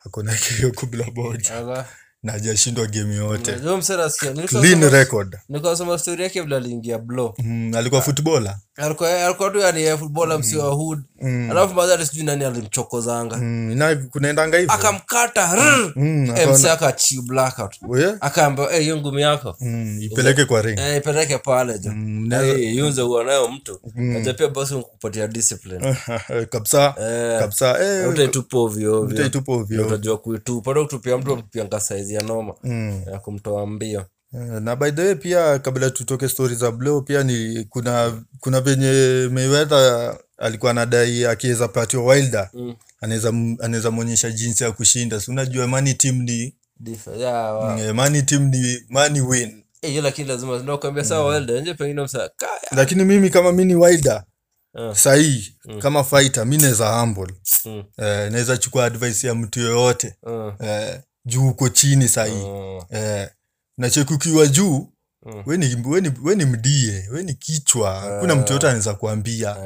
ako na KO kumi na moja
Ala.
na hajashindwa game
Mm.
yote
Unajua msera sikia, nilikuwa
clean
nasoma-
record
nilikuwa nasoma story yake vile aliingia blow
mm. alikuwa footballer
alikuwa alikuwa tu yani eh, footballer msi wa hood alafu mazari sijui nani alimchokozanga
mm, na kunaendanga hivo
akamkata rrr,
Mm,
eh,
akaona-
msi akachiu blackout
Oye?
akaambia "Eh, hiyo ngumi yako
Mm, ipeleke kwa ring Mm,
eh, ipeleke pale jo
naweza-
Eh, yunze huwa nayo mtu
Mm.
aja pia basi kupatia discipline
kabisa
Eh.
kabisa Eh,
utaitupa ovyo ovyo
utaitupa ovyo
utajua kuitupa ta kutupia mtu akupianga saizi ya noma
Mm.
ya kumtoa mbio
Eh, na by the way pia kabla tutoke stori za blow pia ni kuna kuna venye Mayweather alikuwa anadai akiweza patiwa Wilder
Mm.
anaweza m- anaweza mwonyesha jinsi ya kushinda si unajua money team ni
Difa- ya, wa-
eh, money team ni money win
Eh, hiyo lakini lazima ndo kuambia
Mm.
sawa welde nje pengine msa kaya
lakini mimi kama mi ni Wilder
Ah.
sahii kama fighter mi naweza humble
Mm.
eh, naweza chukua advice ya mtu yoyote
Mm.
eh, juu uko chini sahii
Mm.
eh, nacheki ukiwa juu
Mm.
we ni, we ni, we ni mdie we ni kichwa hakuna mtu yote anaweza kuambia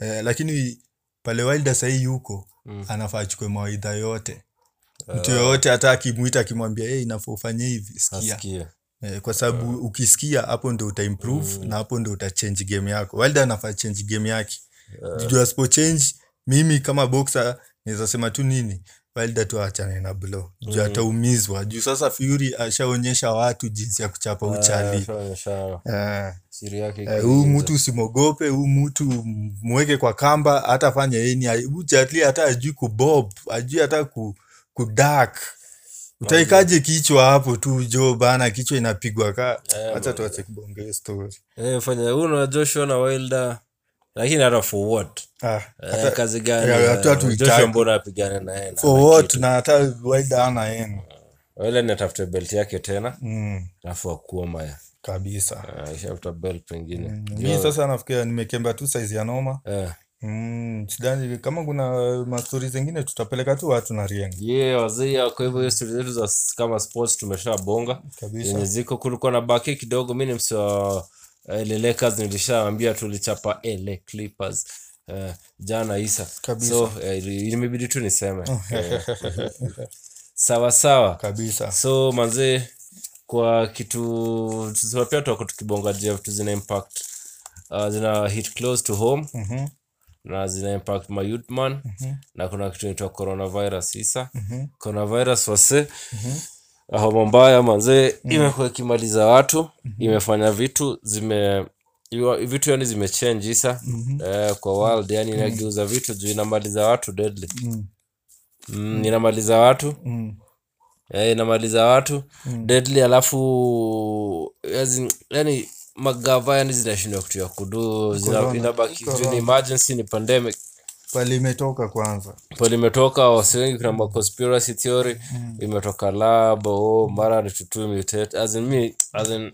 Eh,
eh, lakini pale Wilder sahii yuko
Mm. Eh.
anafaa achukue mawaidha yote mtu yoyote hata akimwita akimwambia hey, inafaa ufanye hivi sikia
nasikia.
eh, kwa sababu ukisikia hapo ndo utaimprove na hapo ndo utachange game yako Wilder anafaa change game yake juu asipo change mimi kama boxer naweza sema tu nini Wilder tu aachane na blow juu ataumizwa juu sasa Fury ashaonyesha watu jinsi ya kuchapa
Ah,
uchali
shaonyesha
eh.
siri yake
Eh,
ikiingiza.
huu mtu usimogope, huu mtu mweke kwa kamba, hata fanya yeni, ujatli hata ajui kubob, ajui hata ku, kudak utaikaje kichwa hapo tu jo bana, kichwa inapigwa ka hata tuache kubongea story
Eh, fanya huyu na Joshua na Wilder lakini hata for what
ah,
Eh,
hata,
kazi gani
ya, ya, tu
eh,
hatuitaki.
Joshua mbona apigane na yeye na
for
ana
what
kitu?
na hata Wilder hana yenu
Wilder ni atafute belt yake tena
mm,
alafu akuoma ya
kabisa
Ah, ishafuta belt pengine
mi sasa nafikiria nimekemba tu saizi ya noma
Eh,
mm, sidhani kama kuna mastori zingine tutapeleka tu watu na riengi
ye wazia kwa hivyo hiyo stori zetu za s- kama sports tumeshabonga
kabisa
yenye ziko kulikuwa na baki kidogo mi ni eh, msiwa lelekas nilishawambia tulichapa ele clippers eh, jana isa
Kabisa.
so eh, ili- imebidi tu niseme eh, sawa sawa
kabisa
so manzee kwa kitu tusema pia tuako tukibongajia vitu zina impact uh, zina hit close to home
Mhm.
na zina impact my youth man na kuna kitu inaitwa coronavirus isa
Mhm.
coronavirus wase homa mbaya manzee
Mhm.
imekuwa ikimaliza watu imefanya vitu zime iwa- vitu yani zimechange isa
Mhm.
eh, kwa world yani inageuza vitu juu inamaliza watu deadly mm,
Mhm.
inamaliza watu
Mm.
eh, inamaliza watu
Mhm.
deadly alafu as in- yani magava yani zinashindwa kitu ya kudu zina-
Corona.
inabaki sijui ni emergency ni pandemic
palimetoka kwanza
pale imetoka wasi wengi kuna ma conspiracy theory imetoka lab oh, mara ni tutu mutate as in me as in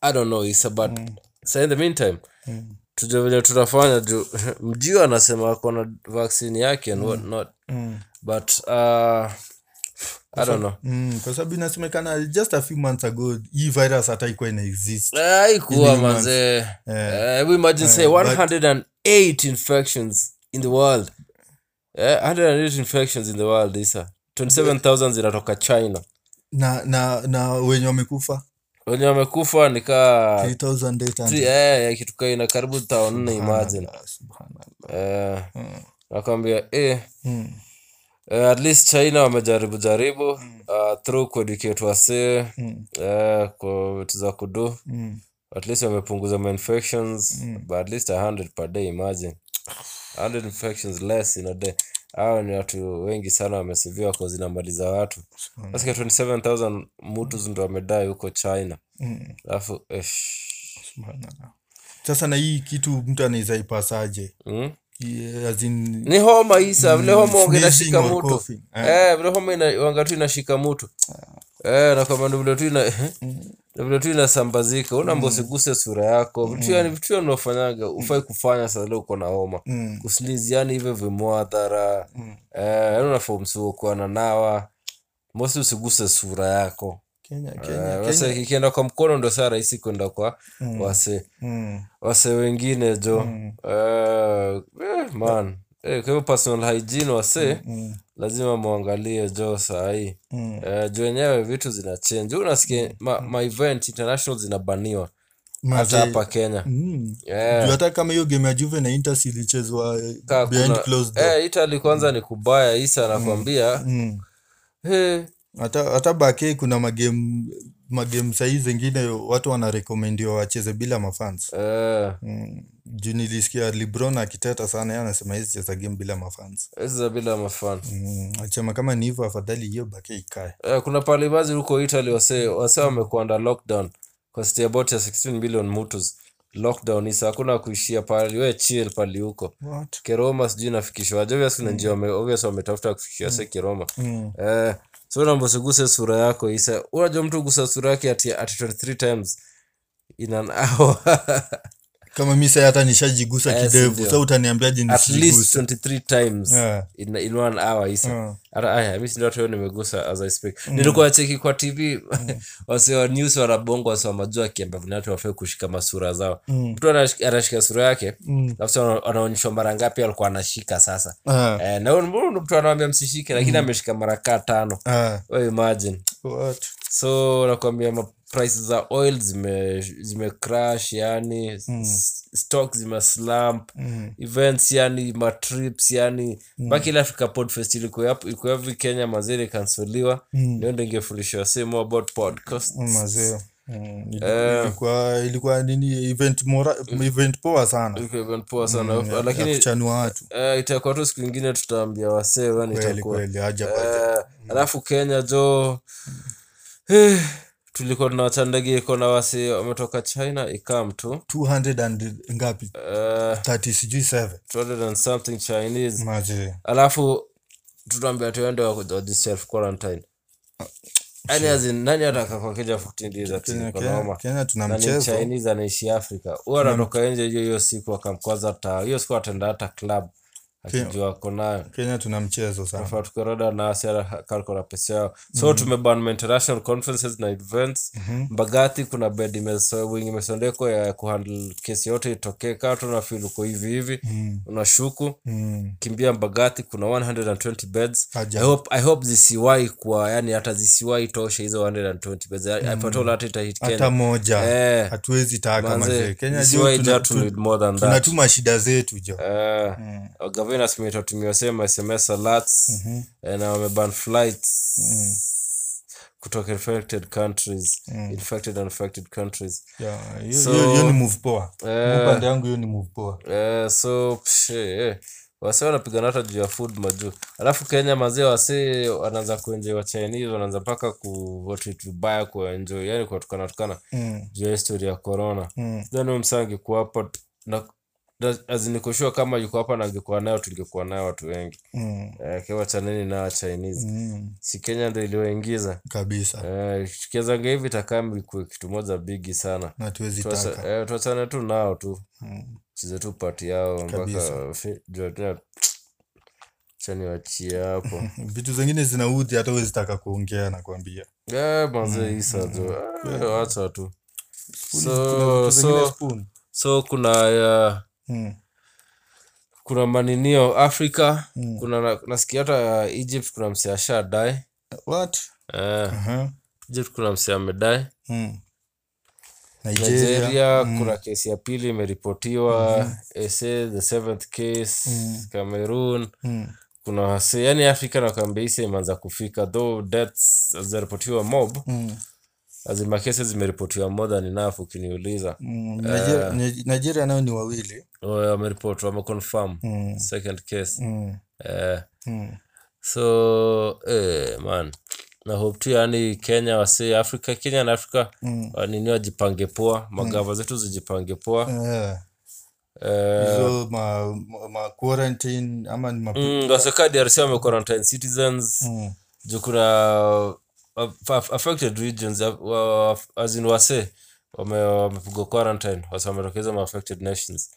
i don't know isa but
Mm.
so in the meantime tujue vile tutafanya juu mjio anasema ako na vaccine yake and what not but uh, i don't know
mm, kwa sababu inasemekana just a few months ago hii virus hata ikuwa ina exist
Ah, haikuwa manzee Eh, we imagine say 108 infections in the world Eh, 108 infections in the world isa 27000 zinatoka china
na na na wenye wamekufa
wenye wamekufa nikaa
3800
eh, kitu kaina karibu tao nne imagine
Ah, subhanallah.
eh, nakwambia eh,
Mm.
eh, at least china wamejaribu jaribu uh, through kuedukate wasee
Mm.
eh, kwa vitu za kudu
Mm.
at least wamepunguza mainfections mm. by at least 100 per day imagine 100 infections less in a day hao ni watu wengi sana wamesiviwa kwa zinamaliza watu nasikia 27000 mutus ndo wamedai huko china
Mm.
alafu eh, esh.
subhanallah. sasa na hii kitu mtu anaweza ipasaje
mm?
Yeah, as in-
ni homa isa vile homa wanga
Mm, sneezing
inashika
or
mutu
coughing. Ah.
eh, vile homa ina- wanga tu inashika mutu eh, na kwamba ndo vile tu ina
Mm.
ndo vile tu inasambazika unaamba usiguse sura yako
Mm.
vitu yani vitu yani unafanyaga ufai kufanya saa leo uko na homa
Mm.
kuslizi yani hivyo vimwadhara eh, yani unafaa msuo kuwa na nawa mosi usiguse sura yako
Kenya, Kenya,
Eh,
Kenya.
wase ikienda kwa mkono ndo saa rahisi kwenda kwa wase
Mm.
wase wengine jo Eh, eh, man Eh, kwa hivyo personal hygiene wase lazima mwangalie jo sahii
Mm.
Eh, juu wenyewe vitu zinachange unasikia ma, ma event international zinabaniwa hata
Mazee.
hapa kenya
Mm.
yeah.
Juu hata kama hiyo game ya juve na inter si ilichezwa eh,
Eh. Ka
behind
kuna-
closed door.
Eh, italy kwanza ni kubaya isa anakwambia
Mm.
"Hey,
hata hata bake kuna magame magame sahii zingine watu wanarekomendiwa wacheze bila mafans
eh,
mm. juu nilisikia libron akiteta sana ye anasema hizi cheza game bila mafans
hizi za bila mafan
mm. alisema kama ni hivyo afadhali hiyo bake ikae
Eh, kuna palibazi huko italy wase wase wamekuwa under lockdown kwa city about ya 16 million mutus lockdown isa hakuna kuishia pali we chill pali huko
What?
keroma sijui nafikishwa aje obvious kuna njia wame- obvious wametafuta kufikishwa se keroma
Mm.
eh so naomba usiguse sura yako isa unajua mtu gusa sura yake ati ati 23 times in an hour
kama mi sai hata nishajigusa
Eh, si
kidevu
ndio.
sa utaniambiaje
at least
nisijiguse
23 times
Yeah.
in, in one hour isa
Yeah. Mm.
hata aya mi sindo hata hiyo nimegusa as i speak nilikuwa cheki kwa tv wase wa news wanabongo wase wa majuu akiambia vile watu wafai kushika masura zao
Mm.
mtu anash- anashika sura yake alafu mm. anaonyeshwa mara ngapi alikuwa anashika sasa
Ah,
eh, na huyu mbona mtu anawambia msishike lakini
Mm.
ameshika mara kaa tano
ah,
we imagine
what?
so nakwambia ma price za oil zime zime crash yani mm. stock zime slump
Mm.
events yani matrips yani mpaka ile africa podfest ilikuwa hapo- ilikuwa hivi kenya mazee ikansoliwa
Mm.
ndio ndo ingefundishwa sehemu about podcast
Mm, mazee Mm, iliku-
Eh.
ilikuwa ilikuwa nini event mora, event poa sana Mm,
Ilikuwa even poa sana
ya- ya
Mm, lakini
kuchanua watu
eh, itakuwa tu siku ingine tutaambia wasee yani
kweli
itakuwa
kweli haja
Eh, alafu kenya jo eh, tulikuwa tunawachandagi iko na wasi wametoka china ikam tu
200 and ngapi
Eh,
30 sijui 7
200 and something chinese
maje
alafu tutaambia tuende wa- waji self quarantine yani as in, nani ataka kwa kija 14 days ati
Kenya-
niko
Kenya-
noma
kenya tuna
na ni
mchezo
chinese anaishi africa huwa anatoka nje hiyo hiyo siku akamkwaza ta hiyo siku atenda hata club akijua ako nayo
kenya tuna mchezo sana
tukorada na asiakalkona pesa yao so
Mhm.
tumeban international conferences na events mbagathi kuna bed imeso- wing imesondeko ya kuhandle kesi yote itokee kaa tunafil uko hivi hivi
Mhm.
unashuku
mm.
kimbia mbagathi kuna 120 beds
Ajabu.
I hope, i hope zisiwai kwa yani hata zisiwai tosha hizo 120 beds I- I patrol hata itahit
Mhm. hata
Kenya.
moja
Eh,
hatuwezi taka
manze,
mazee kenya
zisiwai
jo
jaa
tuna-
to
tu-
need more than that.
tunatuma shida zetu jo
Eh, gavana simetutumia sema sms alerts eh, na wameban flights kutoka infected countries infected and affected countries
Ya, hiyo
So-
hiyo- hiyo ni move poa
Eh.
upande yangu hiyo ni move poa
eh, so psh, eh, wase wanapigana hata juu ya food majuu alafu kenya mazee wase wanaanza kuenjoi wa chinese wanaanza mpaka kuwatrit vibaya kuwaenjoi yani kuwatukanatukana
Mm,
juu ya histori ya corona
mm.
then msa angekuwa hapa na azinikoshua kama yuko hapa na angekuwa nayo tungekuwa nayo watu wengi
Mm,
Eh, kiwa cha nini na wa Chinese
mm.
si Kenya ndo iliwaingiza
kabisa
Eh, tukianzanga hivi takaa ikuwe kitu moja bigi sana
na tuwezi
Tuwacha-
taka
eh, tuachane tu nao tu
Mm.
chize tu pati yao mpaka
Kabisa.
fi- jua tena chani wachie hapo
vitu zingine zinaudhi hata uwezi taka kuongea nakwambia
Eh, manze isa tu Eh, wacha tu
Kuna
so
vitu zingine
so
spoon.
so kuna uh,
Mm,
kuna maninio afrika
mm.
kuna na- nasikia hata uh, egypt kuna msee ashadae
what
eh,
Aha.
egypt kuna msee amedae
Mm. Nigeria Mm.
nigeria kuna kesi ya pili imeripotiwa SA, the seventh case cameroon
Mm.
kuna wase yani afrika na kambeisa imeanza kufika though deaths hazijaripotiwa mob
Mm.
azima kesi zimeripotiwa more than enough ukiniuliza
Mm,
Uh.
Nigeria, Ni- Nigeria nayo ni wawili
wameripot wameconfirm
Mm.
second case
mm.
eh,
Mm.
so eh, man na hope tu yani kenya wase afrika kenya na afrika
Mm.
wanini wajipange poa magava zetu zijipange poa
Eh,
eh,
hizo ma, ma, ma quarantine ama ni ma,
Mm, waseka drc wamequarantine citizens
Mm.
juu kuna uh, aff- affected regions uh, wa- as in wase wame- wamepigwa quarantine wase wametokeza ma affected nations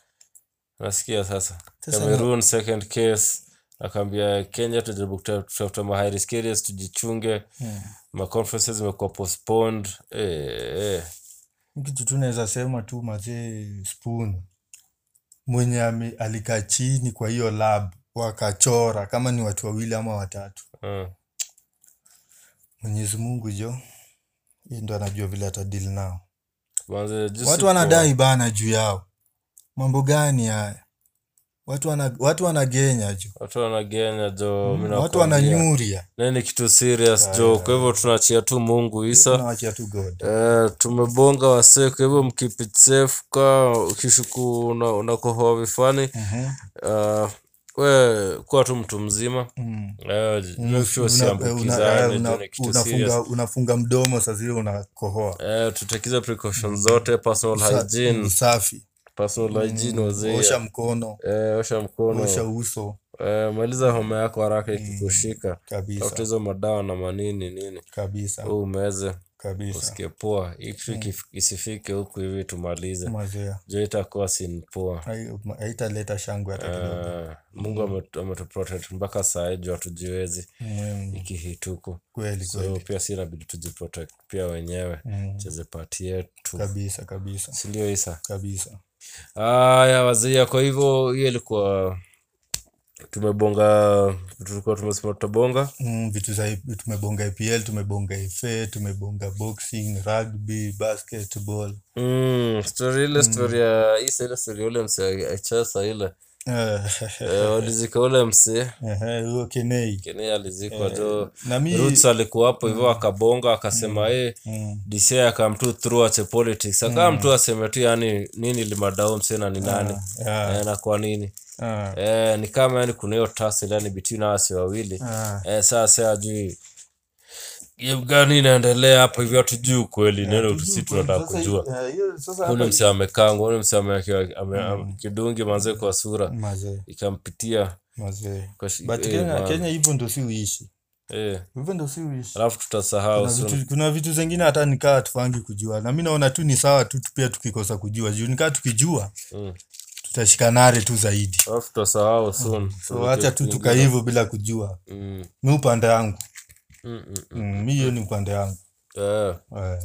nasikia sasa
Sasa
cameroon second case akaambia kenya tunajaribu kuta- kutafuta ma high risk areas tujichunge
Mm.
ma conferences zimekuwa postponed eh, eh.
kitu tu naweza sema tu mazee spoon mwenye ame- alikaa chini kwa hiyo lab wakachora kama ni watu wawili ama watatu
Mm.
mwenyezi mungu jo yeye ndo anajua vile atadili nao
manze jusi
watu wanadai bana juu yao mambo gani haya watu wana watu wanagenya jo
watu wanagenya jo mi
Mm, watu
Oh, nakwambia.
wananyuria
nini kitu serious jo kwa hivyo tunachia tu mungu isa
tunawachia tu god
Eh, tumebonga wasee kwa hivyo mkeep it safe ka ukishuku una- unakohoa vifani
Mhm.
Eh, we kuwa tu mtu mzima
Mm.
Eh, make sure
Una- una-
usiambukizane
una-
jo ni kitu serious
unafunga unafunga mdomo saa zile unakohoa
Eh, tutekize precaution zote personal hygiene
usafi
personal hygiene wazee
Mm. osha mkono
Eh, osha mkono
osha Mm. uso
Eh, maliza homa yako haraka ikikushika tafuta
kabisa
hizo madawa na manini nini
kabisa
u umeze
kabisa
usikie poa Hii kitu
Mm.
ikif- isifike huku hivi tumalize
mazoea
jo itakuwa sin poa
Hai- ma- haitaleta shangwe hata kidogo
Eh, mungu ametu- ametuprotect mpaka saa juu hatujiwezi
Mm,
ikihituku
kweli
so
kweli
pia si inabidi tujiprotect pia wenyewe
Mm,
cheze pati yetu
kabisa kabisa
sindio isa
kabisa
haya wazia kwa hivyo hiyo ilikuwa tumebonga tulikuwa tumesema tutabonga
Mm, vitu za I- tumebonga epl tumebonga fa tumebonga boxing rugby basketball
Mm, story ile story ya isa ile story ya ule msee achesa ile
Eh,
Eh, walizika ule msee
ehe, huo kenei
kene alizikwa jo
na Eh, mi
roots alikuwa hapo hivyo akabonga akasema e
Mm,
dc akam tu through ache politics akaa mtu aseme tu yani nini limadao msee na ni nani
yeah,
eh, na kwa nini
ah,
eh, ni kama yani kuna hiyo tussle yani between hawa wasee wawili
ah,
Eh, sasa ajui game gani inaendelea hapo hivyo hatujui ukweli neno tusi tunataka
sasa
kujua
hii- eh, hiyo sasa
ule
hapa-
msee amekangwa ule msee amewekewa- ame- ame- kidungi manze kwa sura
mazee
ikampitia
mazee
kwa shi-
but
eh,
kenya
man.
kenya hivyo ndo si uishi
Eh,
hivyo ndo si uishi
alafu tutasahau
kuna
soon.
vitu, kuna vitu zingine hata nikaa tufangi kujua na mi naona tu ni sawa tu pia tukikosa kujua juu nikaa tukijua
Mm.
tutashikanare tu zaidi
alafu tutasahau soon.
so hacha tu
Turukie-
tukaivo bila kujua
Mm,
mi upande yangu
mm, mm, mm.
mm, mi hiyo ni upande yangu
Eh,
Eh.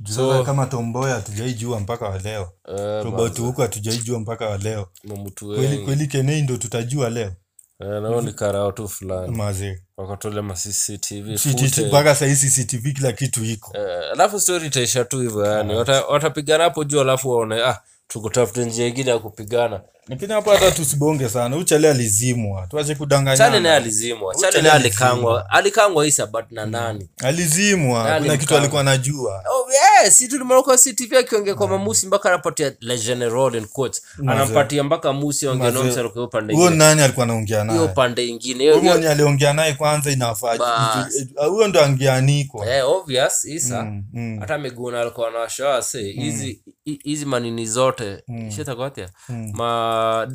Juu
So-
sasa kama tomboya hatujaijua mpaka waleo
eh,
tobauti huko hatujaijua mpaka waleo
mamutu
kweli
wengi
kweli kenei ndo tutajua leo
Eh, nao ni karao tu fulani
mazee
wakatole ma CCTV
CCTV
footage.
mpaka sahii cctv kila kitu iko
Eh, alafu story itaisha tu hivyo
Ah.
yani Wata- watapigana hapo juu alafu waone ah tukutafute njia ingine ya kupigana
lakini hapa hata tusibonge sana uchale alizimwa tuache
chane naye
kudanganyana
alizimwa
Uchele
chane naye
alizimwa. Mm.
alikangwa alikangwa isa but na nani
alizimwa
Nani
kuna kitu
mkangwa?
alikuwa anajua
Oh, yes, si tulimuona kwa CTV akiongea
Mm.
kwa mamusi mpaka anapatia le general in quotes anampatia mpaka musi
Mazee.
ongenomsa kwa pande
huo
ingine
nani alikuwa anaongea
hiyo
naye
pande ingine
huyo
hiyo
mwenye aliongea naye kwanza inafaa
Bas.
ju- ju- huyo ndo angeanikwa
eh, obvious isa
Mm, mm,
hata miguna alikuwa anawashaa se hizi hi- hizi manini zote shitakotia
mm,
ma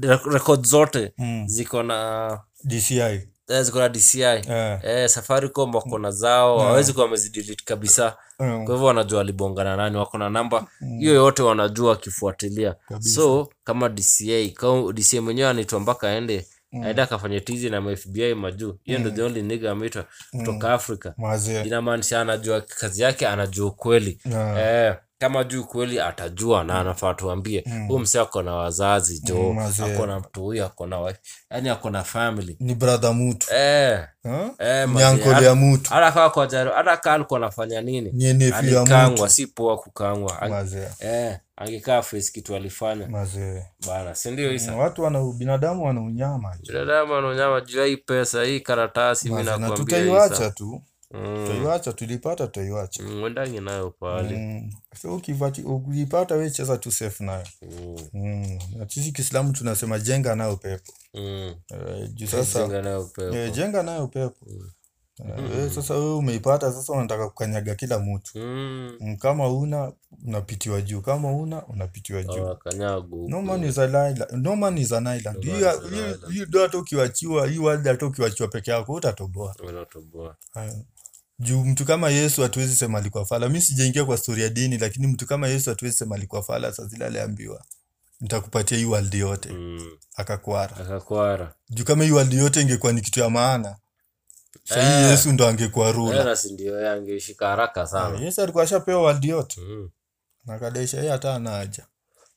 rek- record zote
mm.
ziko na
dci
eh, ziko na DCI
Eh,
eh, Safaricom wako na zao hawezi kuwa wamezidelete kabisa
mm,
kwa hivyo wanajua walibongana nani wako na namba hiyo yote wanajua wakifuatilia
Kabisa.
so kama DCI kama DCI mwenyewe anaitwa mpaka aende
Mm.
aende akafanya tizi na mafbi majuu hiyo ndo the only nigga ameitwa
Mm.
kutoka africa Eh.
mazee
inamaanisha anajua kazi yake anajua ukweli
Ah,
Eh, kama juu kweli atajua na anafaa tuambie
Mm.
huyu msee ako na wazazi jo
Mm, mazee.
ako na mtu huyu ako na wife yani ako na family
ni brother mutu
eh,
Huh?
eh,
ni
mazee.
ankole ya mutu
hata kawa kwa jaro hata kaa alikuwa anafanya nini
ni enefu ya mutu
alikangwa si poa kukangwa Ange-
mazee
eh, angekaa face kitu alifanya
mazee
bana sindio isa
Mm, watu wana binadamu wana unyama
binadamu anonyama juu ya hii pesa hii karatasi mi
Mazee, na
nakuambia isa
tutaiwacha tu
Mm,
tutaiwacha tulipata tutaiwacha
mm, wendangi nayo pale
Mm. so ukivati- ukiipata we cheza tu safe nayo
Mm,
mm. na sisi kiislamu tunasema jenga nayo pepo
mm.
Eh, juu sasa
Jenga nayo pepo. Mm.
eh, jenga nayo pepo Eh, wewe sasa wewe umeipata sasa unataka kukanyaga kila mtu
Mm.
Mm, kama una unapitiwa juu kama una unapitiwa juu
Awakanyago
no man is an island no man is an island
Ah, No man
Hii-
is an
hii-
island.
hii do hata ukiwachiwa hii world hata ukiwachiwa peke yako utatoboa
wanatoboa.
Haya. juu mtu kama yesu hatuwezi sema alikuwa fala mi sijaingia kwa stori ya dini lakini mtu kama yesu hatuwezi sema alikuwa fala saa zile aliambiwa nitakupatia hii world yote
Mm.
akakwara
Akakwara.
juu kama hii world yote ingekuwa ni kitu ya maana sahii
Eh.
yesu ndo angekuwa rula
Hela si ndio yangeishika haraka sana.
yesu alikuwa ashapewa world yote
Mm.
na kadaisha yeye hata anaaja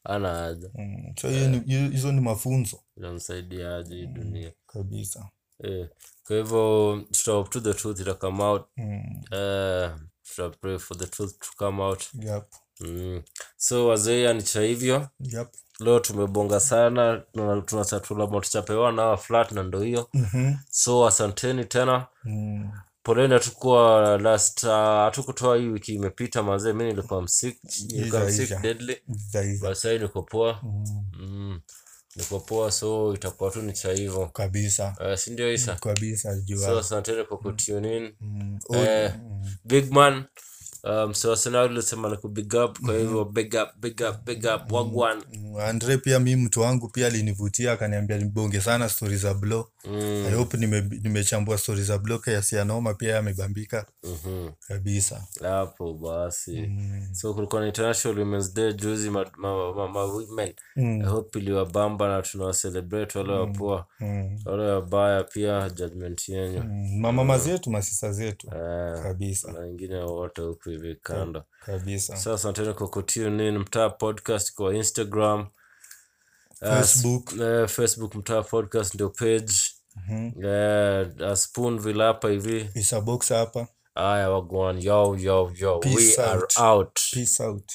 Ana haja.
mm. so hiyo ni- hiyo- hizo ni mafunzo
Inamsaidia aje
Mm.
hii dunia.
kabisa
Eh. Kwa hivyo tuta to the truth ita come out.
mm.
Eh, tuta pray for the truth to come out.
yep.
mm. so wazee anicha hivyo
yep.
leo tumebonga sana tuna- tunasatula motuchapewa nawa flat na ndo hiyo
mm-hmm.
so asanteni tena
mm.
poleni hatukuwa last uh, hatukutoa hii wiki imepita manzee mi nilikuwa msick nilikuwa
Iza,
msick
iza.
deadly
Dhaifu.
basi niko poa
Mm.
mm. niko poa so itakuwa tu ni cha hivyo
kabisa
uh, sindio isa
kabisa
so
jua
asanteni kwa kutunin
Mm. Oh,
eh, big man um, so arsenal ulisema ni kubig up kwa hivyo
Mm-hmm.
big up big up big up wagwan
mm, andre pia mi mtu wangu pia alinivutia akaniambia nibonge sana stori za blo
mm.
i hope nime- nimechambua stori za blo kiasi ya noma pia yamebambika
mhm.
kabisa
hapo basi
Mm.
so kulikuwa na international women's day juzi ma, ma, ma, ma women
Mm.
i hope iliwabamba na tunawacelebrate wale wapoa
Mm.
wale wabaya pia judgment yenyu
Mm. mamama zetu masisa zetu
Eh,
kabisa
na wengine wote huku hivi kando
kabisa
so asanteni kwa kutunin mtaa podcast kwa instagram Eh,
facebook
eh, facebook mtaa podcast ndio page
mhm.
Eh, a spoon vile hapa hivi
Is a box hapa
aya wagwan yo yo yo we
Peace
are
out.
out
peace out